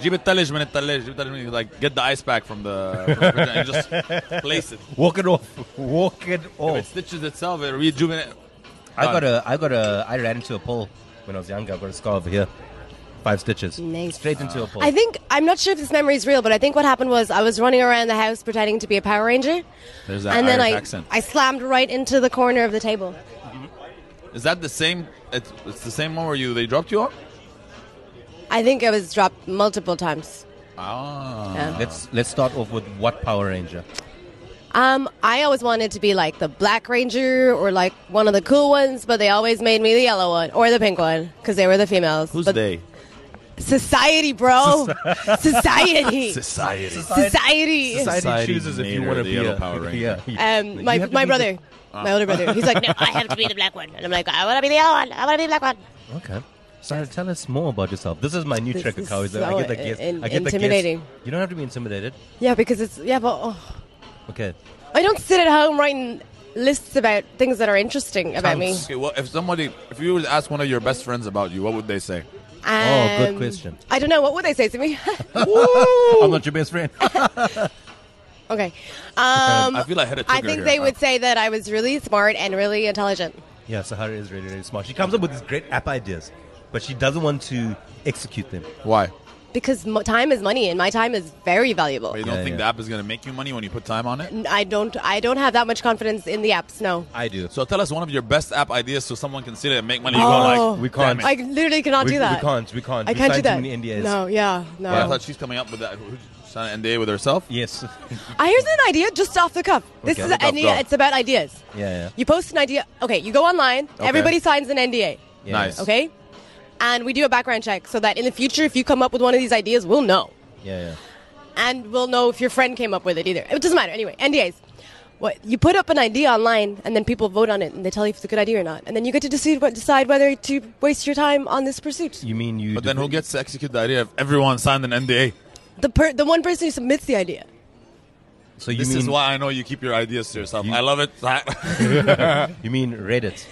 S14: "Jib الثلج من الثلج, جيب الثلج من-" like get the ice pack from the, from the fridge and just place it.
S13: Walk it off. Walk it
S14: If it
S13: off.
S14: stitches itself, it rejuvenates.
S13: I got a. I got a. I ran into a pole when I was younger. I got a scar over here, five stitches.
S4: Nice.
S13: Straight into a pole.
S4: I think I'm not sure if this memory is real, but I think what happened was I was running around the house pretending to be a Power Ranger,
S14: There's that
S4: and then
S14: Irish
S4: I
S14: accent.
S4: I slammed right into the corner of the table.
S14: Is that the same? It's, it's the same one where you they dropped you on.
S4: I think I was dropped multiple times.
S14: Ah,
S4: Yeah.
S13: let's let's start off with what Power Ranger.
S4: Um, I always wanted to be like the Black Ranger or like one of the cool ones, but they always made me the yellow one or the pink one because they were the females.
S14: who's
S4: but
S14: they?
S4: Society, bro. Society.
S14: Society.
S4: Society.
S14: Society chooses if you wanna be a-
S13: Yeah.
S14: yeah.
S4: Um, my my brother, my older brother, he's like, no, I have to be the black one, and I'm like, I want to be the yellow one. I want to be the black one.
S13: okay. Sarah, tell us more about yourself. This is my new
S4: This
S13: trick with
S4: is
S13: cowards. I
S4: so
S13: get the guess.
S4: in-
S13: I get the
S4: intimidating.
S13: Guess. You don't have to be intimidated.
S4: Yeah, because it's yeah, but oh,
S13: Okay.
S4: I don't sit at home writing lists about things that are interesting about me.
S14: Okay, well, if somebody, if you were to ask one of your best friends about you, what would they say?
S13: Oh, good
S4: Um,
S13: question.
S4: I don't know what would they say to me.
S13: I'm not your best friend.
S4: okay, um,
S14: I feel I hit a
S4: I
S14: trigger
S4: think
S14: here.
S4: they
S14: Uh,
S4: would say that I was really smart and really intelligent.
S13: yeah, Sahara is really, really smart. She comes up with these great app ideas, but she doesn't want to execute them.
S14: Why?
S4: Because mo- time is money, and my time is very valuable.
S14: But you don't
S13: Yeah,
S14: think
S13: yeah.
S14: the app is going to make you money when you put time on it?
S4: N- I don't. I don't have that much confidence in the apps. No,
S13: I do.
S14: So tell us one of your best app ideas so someone can see it and make money.
S13: We
S14: You go
S13: can't,
S4: Oh.
S13: like, we can't.
S4: I literally cannot
S13: we,
S4: do that.
S13: We can't. We can't.
S4: I
S13: We
S4: can't do
S13: signed
S4: that.
S13: Too many NDAs.
S4: No, yeah, no.
S14: Well, I thought she's coming up with that. Who signed an NDA with herself?
S13: Yes.
S4: I here's an idea just off the cuff. This
S13: Okay.
S4: is
S13: Off
S4: an
S14: the cuff,
S4: idea.
S14: go.
S4: It's about ideas.
S13: yeah, yeah.
S4: You post an idea. Okay, you go online.
S14: Okay.
S4: Everybody signs an NDA.
S13: yeah.
S14: Nice.
S4: Okay, and we do a background check so that in the future, if you come up with one of these ideas, we'll know,
S13: Yeah, yeah.
S4: and we'll know if your friend came up with it either. It doesn't matter anyway. NDAs. What you put up an idea online, and then people vote on it, and they tell you if it's a good idea or not, and then you get to decide what, decide whether to waste your time on this pursuit.
S13: You mean you.
S14: But then
S13: did-
S14: who gets to execute the idea if everyone signed an NDA?
S4: The per- the one person who submits the idea.
S13: So you
S14: This
S13: mean
S14: is why I know you keep your ideas to yourself.
S13: You-
S14: I love it.
S13: you mean Reddit?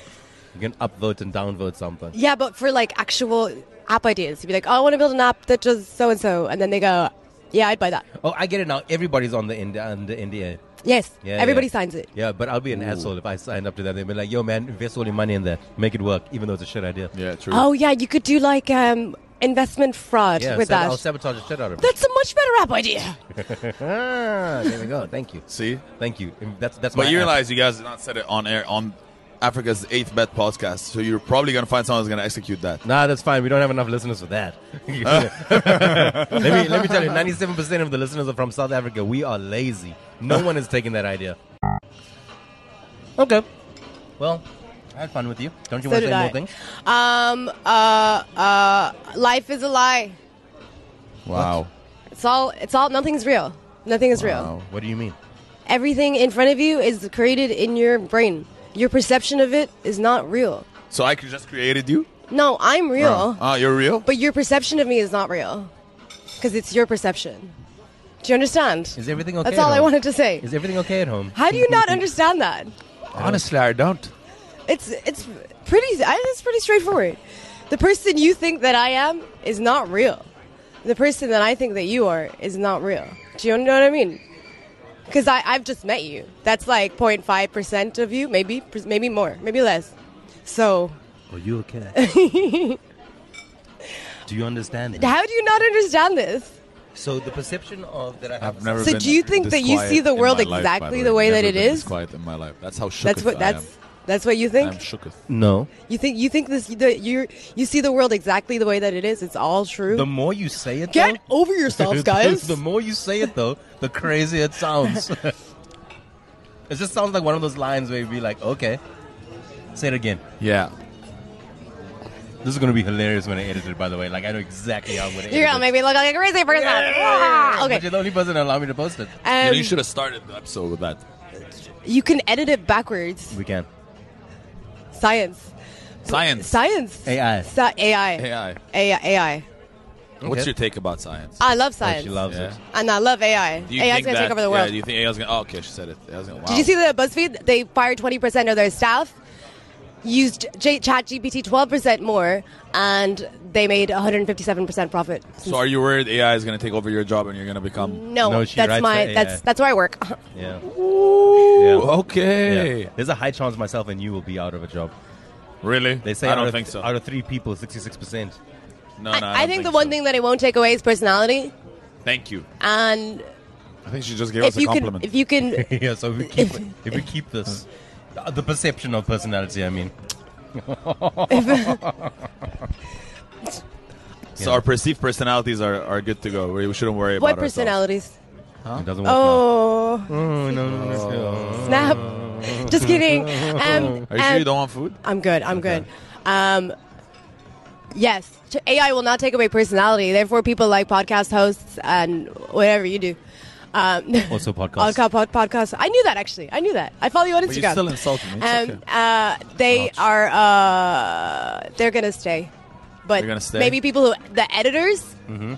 S13: You can upvote and downvote something.
S4: Yeah, but for like actual app ideas, you'd be like, oh, I want to build an app that does so and so, and then they go, yeah, I'd buy that.
S13: Oh, I get it now. Everybody's on the NDA. On the NDA.
S4: Yes,
S13: Yeah,
S4: everybody
S13: yeah.
S4: signs it.
S13: Yeah, but I'll be an asshole if I signed up to that. They'd be like, "Yo, man, invest all your money in that, make it work, even though it's a shit idea."
S14: yeah, true.
S4: Oh yeah, you could do like um, investment fraud
S13: Yeah,
S4: with
S13: sab-
S4: that.
S13: I'll sabotage the shit out of it.
S4: That's a much better app idea.
S13: Ah, there we go. Thank you.
S14: See?
S13: Thank you. And That's that's.
S14: But
S13: my
S14: you
S13: app.
S14: realize you guys did not said it on air on Africa's Eighth Bet podcast, so you're probably going to find someone who's going to execute that.
S13: Nah, that's fine. We don't have enough listeners for that. let me let me tell you, ninety-seven percent of the listeners are from South Africa. We are lazy. No one is taking that idea. Okay. Well, I had fun with you. Don't you
S4: So
S13: want to
S4: did
S13: say
S4: I.
S13: more things?
S4: Um, uh, uh, life is a lie.
S14: Wow.
S4: It's all. It's all. Nothing's real. Nothing is real.
S14: Wow.
S13: What do you mean?
S4: Everything in front of you is created in your brain. Your perception of it is not real.
S14: So I could just created you?
S4: No, I'm real,
S13: Uh,
S14: Oh, you're real?
S4: but your perception of me is not real because it's your perception. Do you understand?
S13: Is everything okay?
S4: That's
S13: at
S4: all I
S13: home?
S4: wanted to say.
S13: Is everything okay at home?
S4: How do you not understand that?
S14: Honestly, I don't.
S4: It's it's pretty. I think it's pretty straightforward. The person you think that I am is not real. The person that I think that you are is not real. Do you know what I mean? Because I I've just met you. That's like 0.5 percent of you, maybe pers- maybe more, maybe less. So
S13: Are you okay? do you understand it?
S4: how do you not understand this?
S13: So the perception of that I have.
S14: I've never.
S4: So
S14: been
S4: do you think
S14: this
S4: that you
S14: quiet
S4: see the
S14: in
S4: world
S14: my life, by
S4: exactly the way that
S14: Never
S4: it
S14: been
S4: is?
S14: This quiet in my life. That's how shooketh
S4: That's what
S14: I
S4: that's that's what you
S14: am. I'm
S4: think.
S14: shooketh.
S13: No.
S4: You think you think this that you you see the world exactly the way that it is. It's all true.
S13: The more you say it,
S4: Get
S13: though,
S4: over yourselves, guys.
S13: the more you say it, though, the crazier it sounds. it just sounds like one of those lines where you'd be like, "Okay, say it again."
S14: Yeah.
S4: Um,
S13: This is gonna be hilarious when I edit it. By the way, like I know exactly how I'm gonna. edit
S4: You're gonna
S13: it.
S4: make me look like a crazy person. Ah,
S13: But
S4: Okay.
S13: you're the only person to allow me to post it.
S14: You know,
S4: Um,
S14: you should have started the episode with that.
S4: you can edit it backwards.
S13: We can.
S4: Science.
S14: Science.
S4: Science.
S13: AI.
S4: Sa- AI.
S14: AI.
S4: AI. AI.
S13: Okay.
S14: What's your take about science?
S4: I love
S13: Oh,
S4: science.
S13: she loves
S14: Yeah.
S13: it.
S4: and I love AI.
S14: Do you
S4: AI's
S14: think
S4: gonna take
S14: that-
S4: over the
S14: Yeah,
S4: world.
S14: do you think AI's gonna? Oh, okay, she said it. AI's gonna. Wow.
S4: Did you see the BuzzFeed? They fired 20% of their staff, used J- ChatGPT 12% more, and they made 157% profit.
S14: So are you worried AI is gonna take over your job and you're gonna become?
S4: No,
S13: No, she
S4: that's
S13: writes
S4: my
S13: for AI.
S4: that's that's where I work.
S13: Yeah.
S14: Ooh,
S13: Yeah.
S14: Okay.
S13: There's a high chance myself and you will be out of a job.
S14: Really?
S13: They say
S14: I
S13: out
S14: don't
S13: of-
S14: think so.
S13: Out of three people, sixty-six percent.
S14: no, no.
S4: I,
S14: don't
S4: I think the one
S14: so.
S4: thing that it won't take away is personality.
S14: Thank you.
S4: And
S14: I think she just gave
S4: if you can, if you can,
S13: yeah. So if we keep if we keep this, uh, the perception of personality. I mean,
S14: so our perceived personalities are, are good to go. We we shouldn't worry
S4: what
S14: about ourselves.
S4: personalities?
S13: it doesn't work. uh, now.
S4: Oh. Snap. Just kidding. Um,
S14: Are you sure
S4: um,
S14: you don't want food?
S4: I'm good. I'm good. Um, yes. t- AI will not take away personality. Therefore, people like podcast hosts and whatever you do. Um,
S13: Also podcasts.
S4: All co- pod- podcasts. I knew that actually. I knew that. I follow you on
S14: But you
S4: Instagram.
S14: still insulted me. It's okay.
S4: Um, uh, they
S14: Ouch.
S4: are. Uh, they're gonna stay. but
S13: You're gonna stay?
S4: maybe people who the editors
S13: Mm-hmm.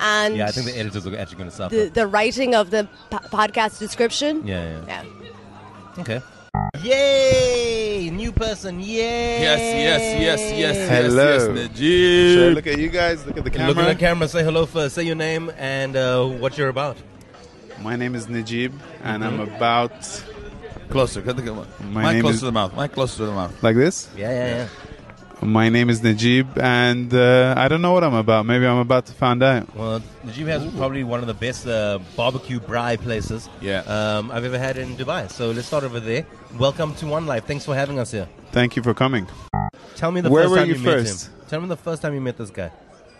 S4: and
S13: Yeah, I think the editors are actually going to suffer.
S4: the, the writing of the po- podcast description.
S13: Yeah, yeah.
S4: Yeah.
S13: Okay. Yay! New person. Yay!
S14: Yes, yes, yes, yes, yes,
S13: Hello.
S14: yes, Najib.
S7: Should I look at you guys? Look at the camera.
S13: Look at the camera. Say hello first. Say your name and uh, what you're about.
S7: My name is Najib, and I'm
S13: Mm-hmm.
S7: about
S14: closer. Get the camera.
S7: My
S14: Mic
S7: name
S14: close
S7: is-
S14: to the mouth. Mic close to the mouth.
S7: like this.
S13: Yeah, yeah, yeah.
S7: My name is Najib, and uh, I don't know what I'm about. Maybe I'm about to find out.
S13: Well, Najib has probably one of the best uh, barbecue braai places yeah. um, I've ever had in Dubai. So let's start over there. Welcome to One Life. Thanks for having us here.
S7: Thank you for coming.
S13: Tell me the
S7: Where
S13: first
S7: were
S13: time
S7: you
S13: you,
S7: first?
S13: met him. Tell me the first time you met this guy.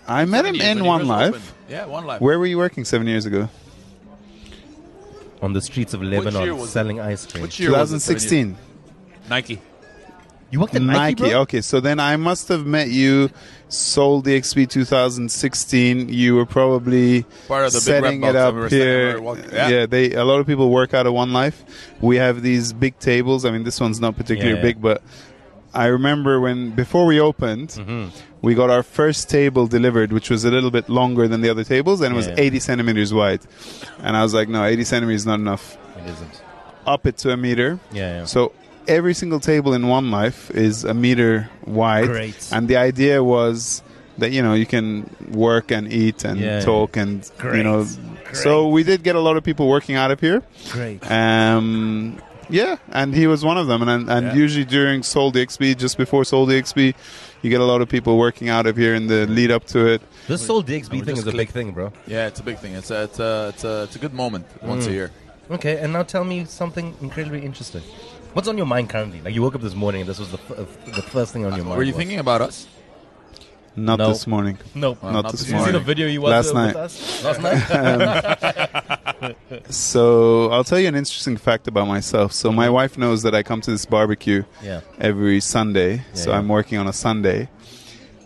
S7: I met him
S13: years when
S7: in
S13: you
S7: One
S13: first
S7: Life.
S13: opened. Yeah, One Life.
S7: Where were you working seven years ago?
S13: On the streets of
S14: year
S13: Lebanon
S14: was it?
S13: selling ice cream.
S14: Which year was it,
S7: 2016.
S14: Nike.
S13: You worked at Nike, bro?
S7: Okay, so then I must have met you. Sold the XP 2016. You were probably
S14: Part of the big red
S7: setting
S14: box
S7: it
S14: that
S7: up
S14: we were setting
S7: here.
S14: up, we were walking-
S7: yeah.
S14: yeah.
S7: they a lot of people work out of One Life. We have these big tables. I mean, this one's not particularly
S13: Yeah, yeah.
S7: big, but I remember when before we opened,
S13: Mm-hmm.
S7: we got our first table delivered, which was a little bit longer than the other tables, and it was
S13: Yeah, yeah.
S7: 80 centimeters wide. And I was like, no, 80 centimeters is not enough.
S13: It isn't.
S7: Up it to a meter.
S13: Yeah, yeah.
S7: So every single table in One Life is a meter wide.
S13: Great.
S7: And the idea was that you know you can work and eat and
S13: Yeah, yeah.
S7: talk and you know.
S13: Great.
S7: So we did get a lot of people working out of here.
S13: Great.
S7: Um, yeah, and he was one of them. And and
S13: Yeah.
S7: usually during Seoul DXB, just before Seoul DXB, you get a lot of people working out of here in the lead up to it.
S13: This Soul Digsby thing
S14: just
S13: is a
S14: click-
S13: big thing, bro.
S14: Yeah, it's a big thing. It's a, it's a, it's a, it's a good moment once
S13: Mm.
S14: a year.
S13: Okay, and now tell me something incredibly interesting. What's on your mind currently? Like you woke up this morning, and this was the, f- uh, the first thing on your mind.
S14: Were you
S13: was.
S14: thinking about us?
S7: Not
S13: No.
S7: this morning.
S13: Nope.
S7: Not,
S13: Well, not
S7: this
S13: this morning.
S7: morning.
S13: Did you see the video you watched
S7: last
S13: with
S7: night.
S13: us? Last night?
S7: Um, so I'll tell you an interesting fact about myself. So my wife knows that I come to this barbecue
S13: Yeah.
S7: every Sunday. so
S13: yeah.
S7: I'm working on a Sunday.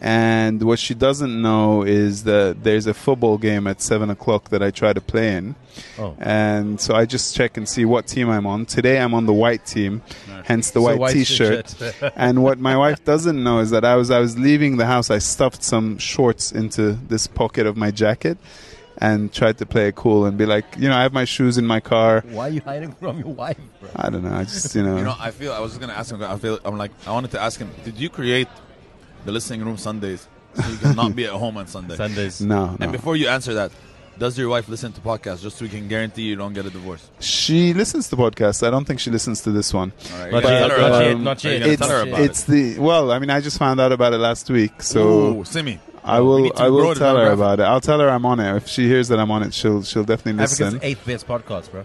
S7: And what she doesn't know is that there's a football game at seven o'clock that I try to play in.
S13: Oh.
S7: And so I just check and see what team I'm on. Today I'm on the white team,
S13: Nice.
S7: hence the
S13: So
S7: white,
S13: white
S7: t-shirt.
S13: t-shirt.
S7: and what my wife doesn't know is that I was I was leaving the house. I stuffed some shorts into this pocket of my jacket, and tried to play it cool and be like, you know, I have my shoes in my car.
S13: Why are you hiding from your wife, bro?
S7: I don't know. I just you know.
S14: You know, I feel I was just gonna ask him. I feel I'm like I wanted to ask him. Did you create the listening room Sundays so you can not be at home on Sunday?
S13: Sundays.
S7: No, no.
S14: And before you answer that, does your wife listen to podcasts just so we can guarantee you don't get a divorce?
S7: She listens to podcasts. I don't think she listens to this one.
S14: All right, Not you gotta yet, tell her not about it. yet, not yet. You gotta
S7: um, It's,
S14: tell her about
S7: it's the well. I mean, I just found out about it last week, so
S14: Ooh, Simi.
S7: I
S14: We
S7: will.
S14: need to
S7: I will
S14: broaden
S7: tell
S14: our
S7: her
S14: graphic.
S7: about it. I'll tell her I'm on it. If she hears that I'm on it, she'll she'll definitely listen.
S13: Africa's eighth best podcast, bro.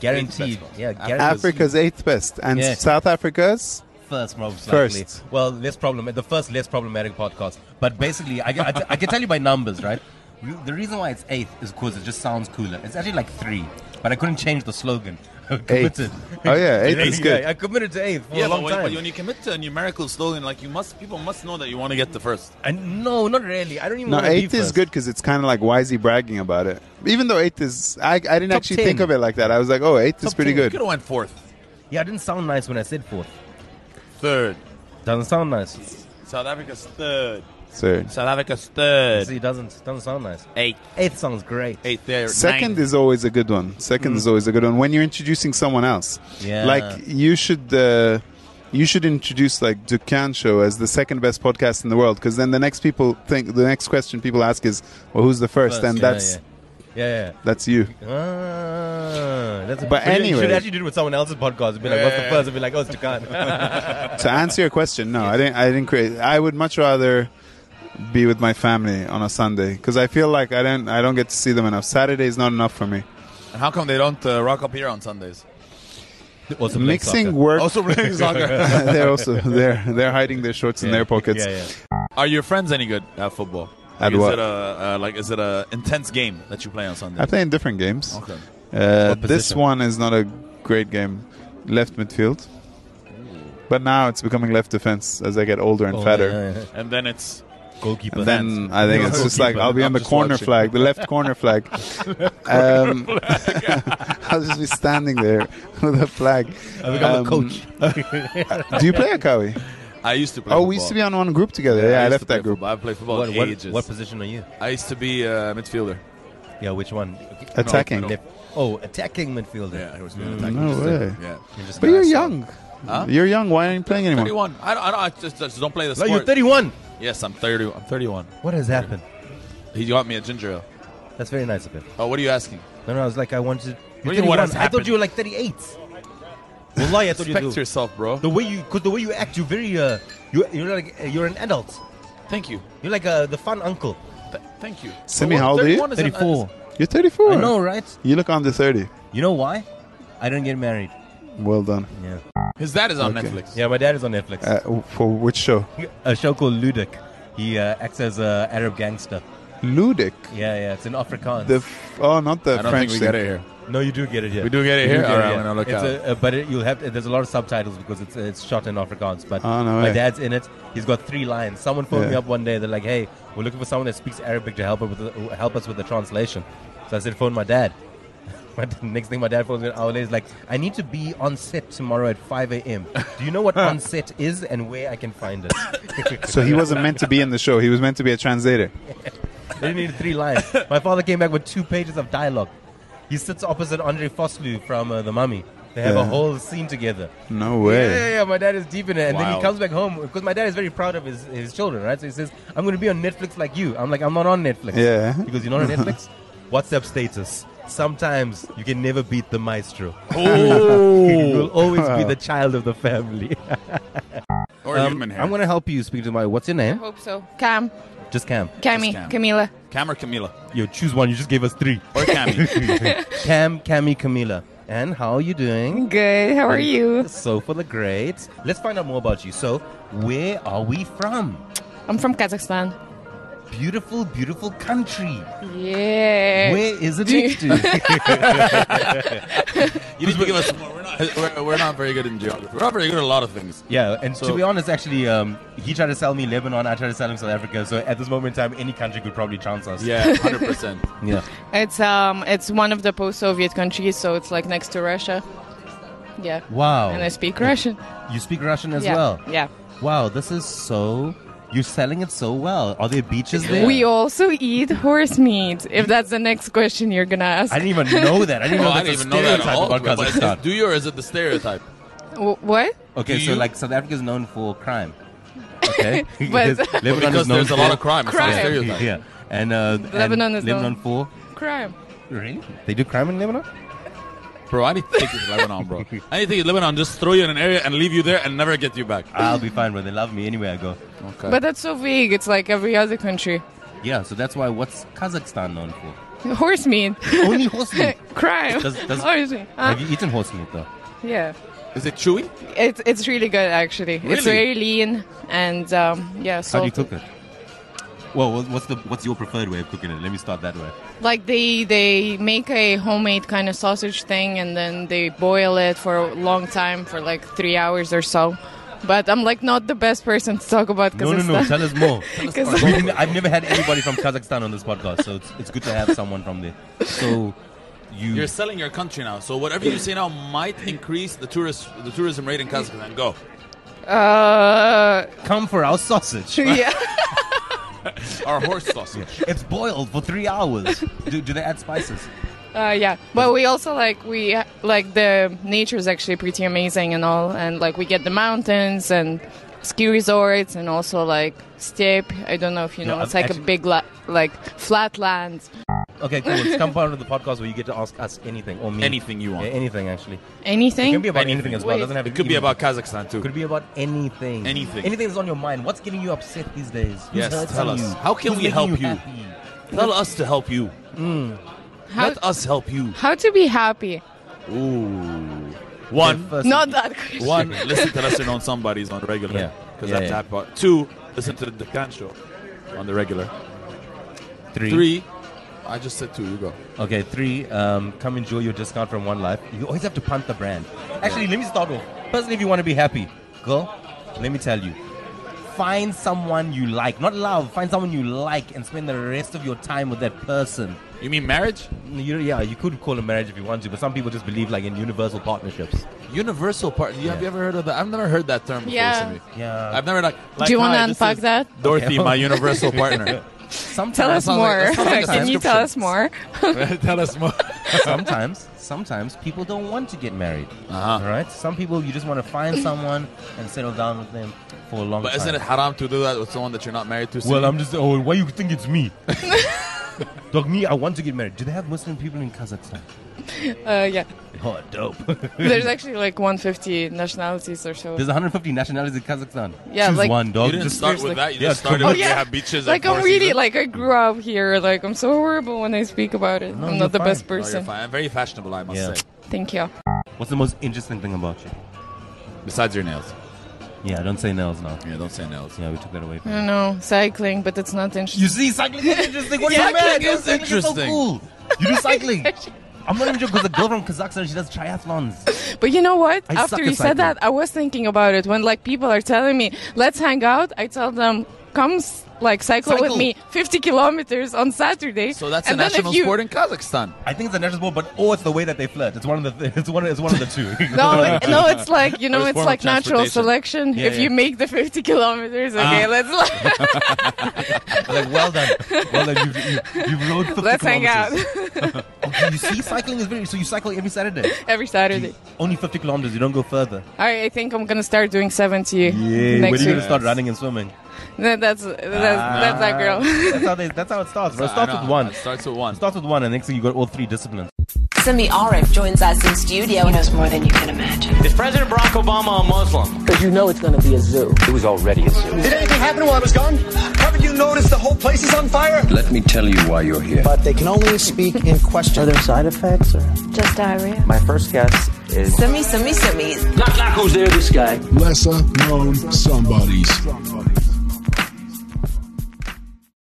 S13: Guaranteed. Yeah, guaranteed.
S7: Africa's eighth best, and
S13: Yeah.
S7: South Africa's
S13: First, most likely.
S7: First.
S13: Well, less problem. The first less problematic podcast. But basically, I, I, I can tell you by numbers, right? You- The reason why it's eighth is because it just sounds cooler. It's actually like three, but I couldn't change the slogan. I committed.
S7: Oh, yeah, eighth is good.
S13: I committed to eighth for
S14: yeah,
S13: a long
S14: but, when,
S13: time.
S14: but when you commit to a numerical slogan, like you must, people must know that you want to get the first.
S13: And no, not really. I don't even.
S7: No,
S13: wanna be
S7: eighth is
S13: first.
S7: good because it's kind of like why is he bragging about it? Even though eighth is, I, I didn't
S13: Top
S7: actually
S13: 10.
S7: think of it like that. I was like, oh, eighth is pretty good.
S14: have went fourth,
S13: Yeah, it didn't sound nice when I said fourth.
S14: third.
S13: Doesn't sound nice.
S14: South Africa's third.
S7: Third.
S14: South Africa's third.
S13: See, it doesn't doesn't sound nice.
S14: Eighth.
S13: Eighth sounds great.
S14: Eighth there.
S7: Second is always a good one. Second is always a good one when you're introducing someone else.
S13: Mm. Yeah.
S7: Like you should, uh, you should introduce like Dukan Show as the second best podcast in the world because then the next people think the next question people ask is, well, who's the first? and
S13: yeah,
S7: that's
S13: yeah, yeah.
S7: that's you.
S13: yeah. Ah, that's
S7: But
S13: you- you should
S7: anyway-
S13: actually do it with someone else's podcast. It'd Be like, what's the
S14: Yeah.
S13: first? It'd Be like, oh, it's Dukan.
S7: to answer your question, no, I didn't. I didn't create. I would much rather be with my family on a Sunday because I feel like I don't. I don't get to see them enough. Saturday is not enough for me.
S14: And how come they don't uh, rock up here on Sundays?
S13: also play
S7: Mixing
S13: soccer.
S7: work.
S14: Also playing soccer.
S7: they're also they're they're hiding their shorts in
S13: Yeah.
S7: their pockets.
S13: Yeah, yeah.
S14: Are your friends any good at football?
S7: At
S14: is
S7: what?
S14: It a, uh, like, is it a intense game that you play on Sunday?
S7: I play in different games.
S14: Okay.
S7: Uh,
S13: What
S7: this
S13: position?
S7: one is not a great game. Left midfield. But now it's becoming left defense as I get older and
S13: Oh,
S7: fatter.
S13: yeah, yeah.
S14: And then it's
S13: Goalkeeper.
S7: And then I think it's just like I'll be on
S14: I'm
S7: the
S14: just
S7: corner
S14: watching.
S7: flag, the left corner flag. um, I'll just be standing there with a flag.
S13: I become
S7: Um,
S13: a coach.
S7: Do you play a kawi?
S14: I used to play.
S7: Oh,
S14: football.
S7: we used to be on one group together. Yeah, I
S14: used
S7: left
S14: to play
S7: that group.
S14: Football. I played football
S13: What- what-
S14: Oh, ages.
S13: what position are you?
S14: I used to be uh, midfielder.
S13: Yeah, which one?
S7: Attacking.
S13: No, middle. oh, attacking midfielder.
S14: Yeah, I was doing
S13: Mm.
S14: attacking.
S7: No
S14: Just, uh,
S7: way.
S14: Yeah.
S7: But you're young.
S14: Huh?
S7: You're young. Why aren't you playing anymore?
S14: 31. I don't. I, don't, I just, just don't play the
S13: No,
S14: sport.
S13: you're 31.
S14: Yes, I'm 30. I'm 31.
S13: What has happened?
S14: He got me a ginger ale.
S13: That's very nice of him.
S14: Oh, what are you asking?
S13: No, no, I was like, I wanted.
S14: What
S13: You're
S14: do you mean,
S13: 31.
S14: what has
S13: I thought
S14: happened?
S13: you were like 38. Wallahi, I thought you
S14: Respect
S13: do.
S14: yourself, bro.
S13: The way you, cause the way you act, you're very, uh, you, you're like, uh, you're an adult.
S14: Thank you.
S13: You're like uh, the fun uncle. uh,
S14: thank you.
S7: Simi, how old are you?
S13: 34.
S7: You're 34.
S13: I know, right?
S7: You look under 30.
S13: You know why? I didn't get married.
S7: Well done.
S13: Yeah.
S14: His dad is on
S7: Okay.
S14: Netflix.
S13: Yeah, my dad is on Netflix.
S7: Uh, w- for which show?
S13: a show called Ludic. He uh, acts as a Arab gangster.
S7: Ludic.
S13: Yeah, yeah, it's in Afrikaans.
S7: The f- oh, not the
S14: I don't
S7: French
S14: think we
S7: thing.
S14: get it here.
S13: no, you do get it here.
S14: We do get it
S13: You
S14: here.
S13: get
S14: All right,
S13: yeah.
S14: I'm gonna look
S13: It's
S14: out.
S13: a- uh, but it, you'll have to, there's a lot of subtitles because it's it's shot in Afrikaans. But
S7: Oh, no
S13: my
S7: way.
S13: dad's in it. He's got three lines. Someone phoned me
S7: Yeah.
S13: up one day. They're like, "Hey, we're looking for someone that speaks Arabic to help us with the, help us with the translation." So I said, "Phone my dad." My d- Next thing, my dad phones me an hour later. He's like, "I need to be on set tomorrow at 5 a.m. Do you know what on set is and where I can find it?"
S7: So he wasn't meant to be in the show. He was meant to be a translator.
S13: They didn't need three lines. My father came back with two pages of dialogue. He sits opposite Andre Foslu from uh, The Mummy. They have a
S7: Yeah.
S13: whole scene together.
S7: No
S13: Yeah,
S7: way.
S13: yeah, yeah. My dad is deep in it. And then he
S14: Wow.
S13: comes back home because my dad is very proud of his, his children, right? So he says, I'm going to be on Netflix like you. I'm like, I'm not on Netflix.
S7: Yeah.
S13: Because you're not on Netflix? WhatsApp status. Sometimes you can never beat the maestro. You will
S14: Oh,
S13: always be the child of the family.
S14: or
S13: Um,
S14: human hair.
S13: I'm going to help you speak to my. What's your name?
S9: Hope so. Cam.
S13: Just Cam.
S9: Cammy.
S14: Cam.
S9: Camila.
S14: Cam or Camila
S13: You choose one. You just gave us three.
S14: or Cammy.
S13: Cam, Cammy, Camila. And how are you doing?
S9: Good. How are you?
S13: So for the great, let's find out more about you. So, where are we from?
S9: I'm from Kazakhstan.
S13: Beautiful, beautiful country.
S9: Yeah.
S13: Where is it next to?
S14: you need to give us more. We're not, we're, we're not very good in geography. We're not very good at a lot of things.
S13: yeah, and to
S14: So-
S13: be honest, actually, um, he tried to sell me Lebanon, I tried to sell him South Africa. So at this moment in time, any country could probably chance us.
S14: Yeah, hundred percent.
S13: yeah.
S9: It's um, it's one of the post-Soviet countries, so it's like next to Russia. Yeah.
S13: Wow.
S9: And I speak Russian.
S13: You speak Russian as
S9: yeah.
S13: well.
S9: Yeah.
S13: Wow, this is so. You're selling it so well. Are there beaches there?
S9: We also eat horse meat. If that's the next question you're gonna ask,
S13: I didn't even know that. I didn't
S14: Oh,
S13: know
S14: I
S13: that's
S14: didn't
S13: a
S14: even know that at
S13: stereotype
S14: all.
S13: about
S14: But is
S13: Kazakhstan.
S14: it- do you or is it the stereotype?
S9: Wh- what?
S13: Okay,
S14: Do
S13: so
S14: you-
S13: like South Africa is known for crime. Okay,
S9: But-
S13: Because
S14: Well,
S13: Lebanon
S14: because
S13: is known
S14: there's
S13: for
S14: a lot of crime. It's not a
S9: Crime.
S14: stereotype.
S13: Yeah, and uh,
S9: Lebanon
S13: and
S9: is
S13: Lebanon
S9: known-
S13: for
S9: Crime.
S13: really they do crime in Lebanon.
S14: Bro, I need to take you to Lebanon, bro. I need to take you to Lebanon, just throw you in an area and leave you there and never get you back.
S13: I'll be fine, bro. They love me anywhere I go.
S14: Okay.
S9: But that's so vague. It's like every other country.
S13: Yeah, so that's why what's Kazakhstan known for?
S9: Horse meat.
S13: Only horse meat.
S9: Crime.
S13: Does- does-
S9: Horse meat. Huh?
S13: Have you eaten horse meat though?
S9: yeah.
S14: is it chewy?
S9: It's it's really good actually. It's very
S14: Really?
S9: lean and um, yeah. So
S13: How do you cook it? Well, what- what's the what's your preferred way of cooking it? Let me start that way.
S9: like they they make a homemade kind of sausage thing and then they boil it for a long time for like three hours or so. But I'm like not the best person to talk about
S13: No, no, no.
S9: Kazakhstan.
S13: Tell us more.
S9: Cause-
S13: We've ne- I've never had anybody from Kazakhstan on this podcast, so it's, it's good to have someone from there. So you
S14: You're selling your country now, so whatever you say now might increase the tourist the tourism rate in Kazakhstan. Go.
S9: Uh,
S13: come for our sausage.
S9: yeah.
S14: Our horse sausage.
S13: It's boiled for three hours. do, do they add spices?
S9: Uh, yeah, but we also like we like the nature is actually pretty amazing and all, and like we get the mountains and ski resorts and also like steppe. I don't know if you
S13: No,
S9: know, it's
S13: I've
S9: like a
S13: actually-
S9: big la- like flat land.
S13: Okay, cool. It's come part of the podcast where you get to ask us anything or me.
S14: Anything you want.
S13: Yeah, anything actually. It
S9: Anything?
S13: can be about anything,
S14: Anything.
S13: as well.
S9: Wait.
S13: It doesn't have
S14: It
S13: to
S14: could
S13: be
S14: be about Kazakhstan too.
S13: Could be about anything.
S14: Anything.
S13: Anything that's on your mind. What's getting you upset these days? Who's
S14: Yes,
S13: hurting
S14: tell us.
S13: you?
S14: How can
S13: Who's
S14: we
S13: making
S14: help
S13: you?
S14: you?
S13: happy?
S14: Tell us to help you.
S9: Hmm. how,
S14: Let us help you.
S9: how to be happy?
S14: Ooh.
S13: Okay,
S14: One,
S13: first-
S9: Not that question.
S14: one. Listen to Lesser Known Somebody's on regular.
S13: Yeah.
S14: Because
S13: Yeah,
S14: that's
S13: yeah.
S14: that part. Two, listen to the Dekan Show on the regular.
S13: three.
S14: Three, I just said two. You go.
S13: Okay, three. Um, come enjoy your discount from One Life. You always have to punt the brand. Actually, let me start off. Personally, if you want to be happy, girl, let me tell you. Find someone you like, not love. Find someone you like, and spend the rest of your time with that person.
S14: You mean marriage?
S13: You, yeah, you could call it marriage if you want to, but some people just believe like in universal partnerships.
S14: Universal part. You, Have you ever heard of that? I've never heard that term before.
S4: Yeah.
S14: Simi. Yeah. I've never like.
S4: Do you wanna
S14: hi, this
S4: unpack
S14: is
S4: that?
S14: Dorothy,
S4: Okay.
S14: my universal partner.
S4: Tell
S13: that
S4: us
S13: sounds like-
S4: more.
S13: that sounds like a
S4: Can you tell us more?
S14: Tell us more.
S13: sometimes, sometimes people don't want to get married. Uh-huh. All right. Some people you just want to find someone and settle down with them for a long
S14: But
S13: time.
S14: isn't it haram to do that with someone that you're not married to?
S13: Well,
S14: Simi?
S13: I'm just. Oh, why you think it's me? Dog, me. I want to get married. Do they have Muslim people in Kazakhstan?
S4: Uh, yeah.
S13: Oh, dope.
S4: There's actually like 150 nationalities or so.
S13: There's 150 nationalities in Kazakhstan.
S4: Yeah,
S13: Choose
S4: like-
S13: one dog.
S14: You didn't
S13: Just
S14: start
S13: seriously.
S14: with that. You
S13: Yeah,
S14: just started
S13: come
S14: with
S13: on.
S14: you have beaches.
S4: like
S14: at
S4: I'm
S14: four
S4: really
S14: seasons.
S4: like I grew up here. Like I'm so horrible when I speak about it. I'm not the best
S14: No,
S4: person.
S14: Oh, you're fine. I'm very fashionable, I must
S13: Yeah.
S14: say.
S4: Thank you.
S13: What's the most interesting thing about you?
S14: Besides your nails.
S13: Yeah, don't say nails now.
S14: Yeah, don't say nails.
S13: Yeah, we took that away
S4: I
S13: from you.
S4: don't know cycling, but it's not interesting.
S13: You see, cycling is interesting. What
S4: Yeah,
S13: do you mean?
S4: cycling is
S13: Cycling
S4: interesting.
S13: so cool. You do cycling. I'm not even joking because a girl from Kazakhstan, she does triathlons.
S4: But you know what?
S13: I
S4: After
S13: suck
S4: you
S13: at
S4: said
S13: cycling.
S4: that, I was thinking about it. When like people are telling me, "Let's hang out," I tell them, "Come s- like cycle, with
S14: Cycle.
S4: me 50 kilometers on Saturday."
S14: So that's
S4: and
S14: a
S4: then
S14: national
S4: if you,
S14: sport in Kazakhstan.
S13: I think it's a national sport, but oh, it's the way that they flirt. It's one of the. Th- it's one. It's one of the two.
S4: No, but, no, it's like you know,
S13: Or it's
S4: it's
S13: form
S4: like
S13: of
S4: natural
S13: transportation.
S4: selection.
S13: Yeah,
S4: if
S13: yeah.
S4: you make the 50 kilometers, okay,
S13: Ah.
S4: let's like,
S13: like well done, well done. You've, you you've rode 50
S4: let's hang out
S13: kilometers. okay, you see, cycling is very. So you cycle every Saturday.
S4: every Saturday.
S13: Only 50 kilometers. You don't go further.
S4: All right, I think I'm gonna start doing 70
S13: When are
S4: next
S13: you
S4: week.
S13: gonna start running and swimming?
S4: That- That's that's, that's that girl.
S13: that's how they, that's how it starts. Bro. It
S14: So,
S13: starts
S14: I know.
S13: with one.
S14: It starts with one.
S13: It starts with one, and next thing you got all three disciplines.
S1: Simi Arif joins us in studio. He knows more than you can imagine.
S16: Is President Barack Obama a Muslim?
S5: Because you know it's going to be a zoo. It was already a zoo.
S17: Did anything happen while I was gone? Haven't you noticed the whole place is on fire?
S5: Let me tell you why you're here.
S18: But they can only speak in question. Are there side effects? Or?
S1: Just diarrhea.
S5: My first guess is
S1: Simi, Simi, Simi.
S7: Not Knock, knock, who's there, this guy? Lesser known somebodies.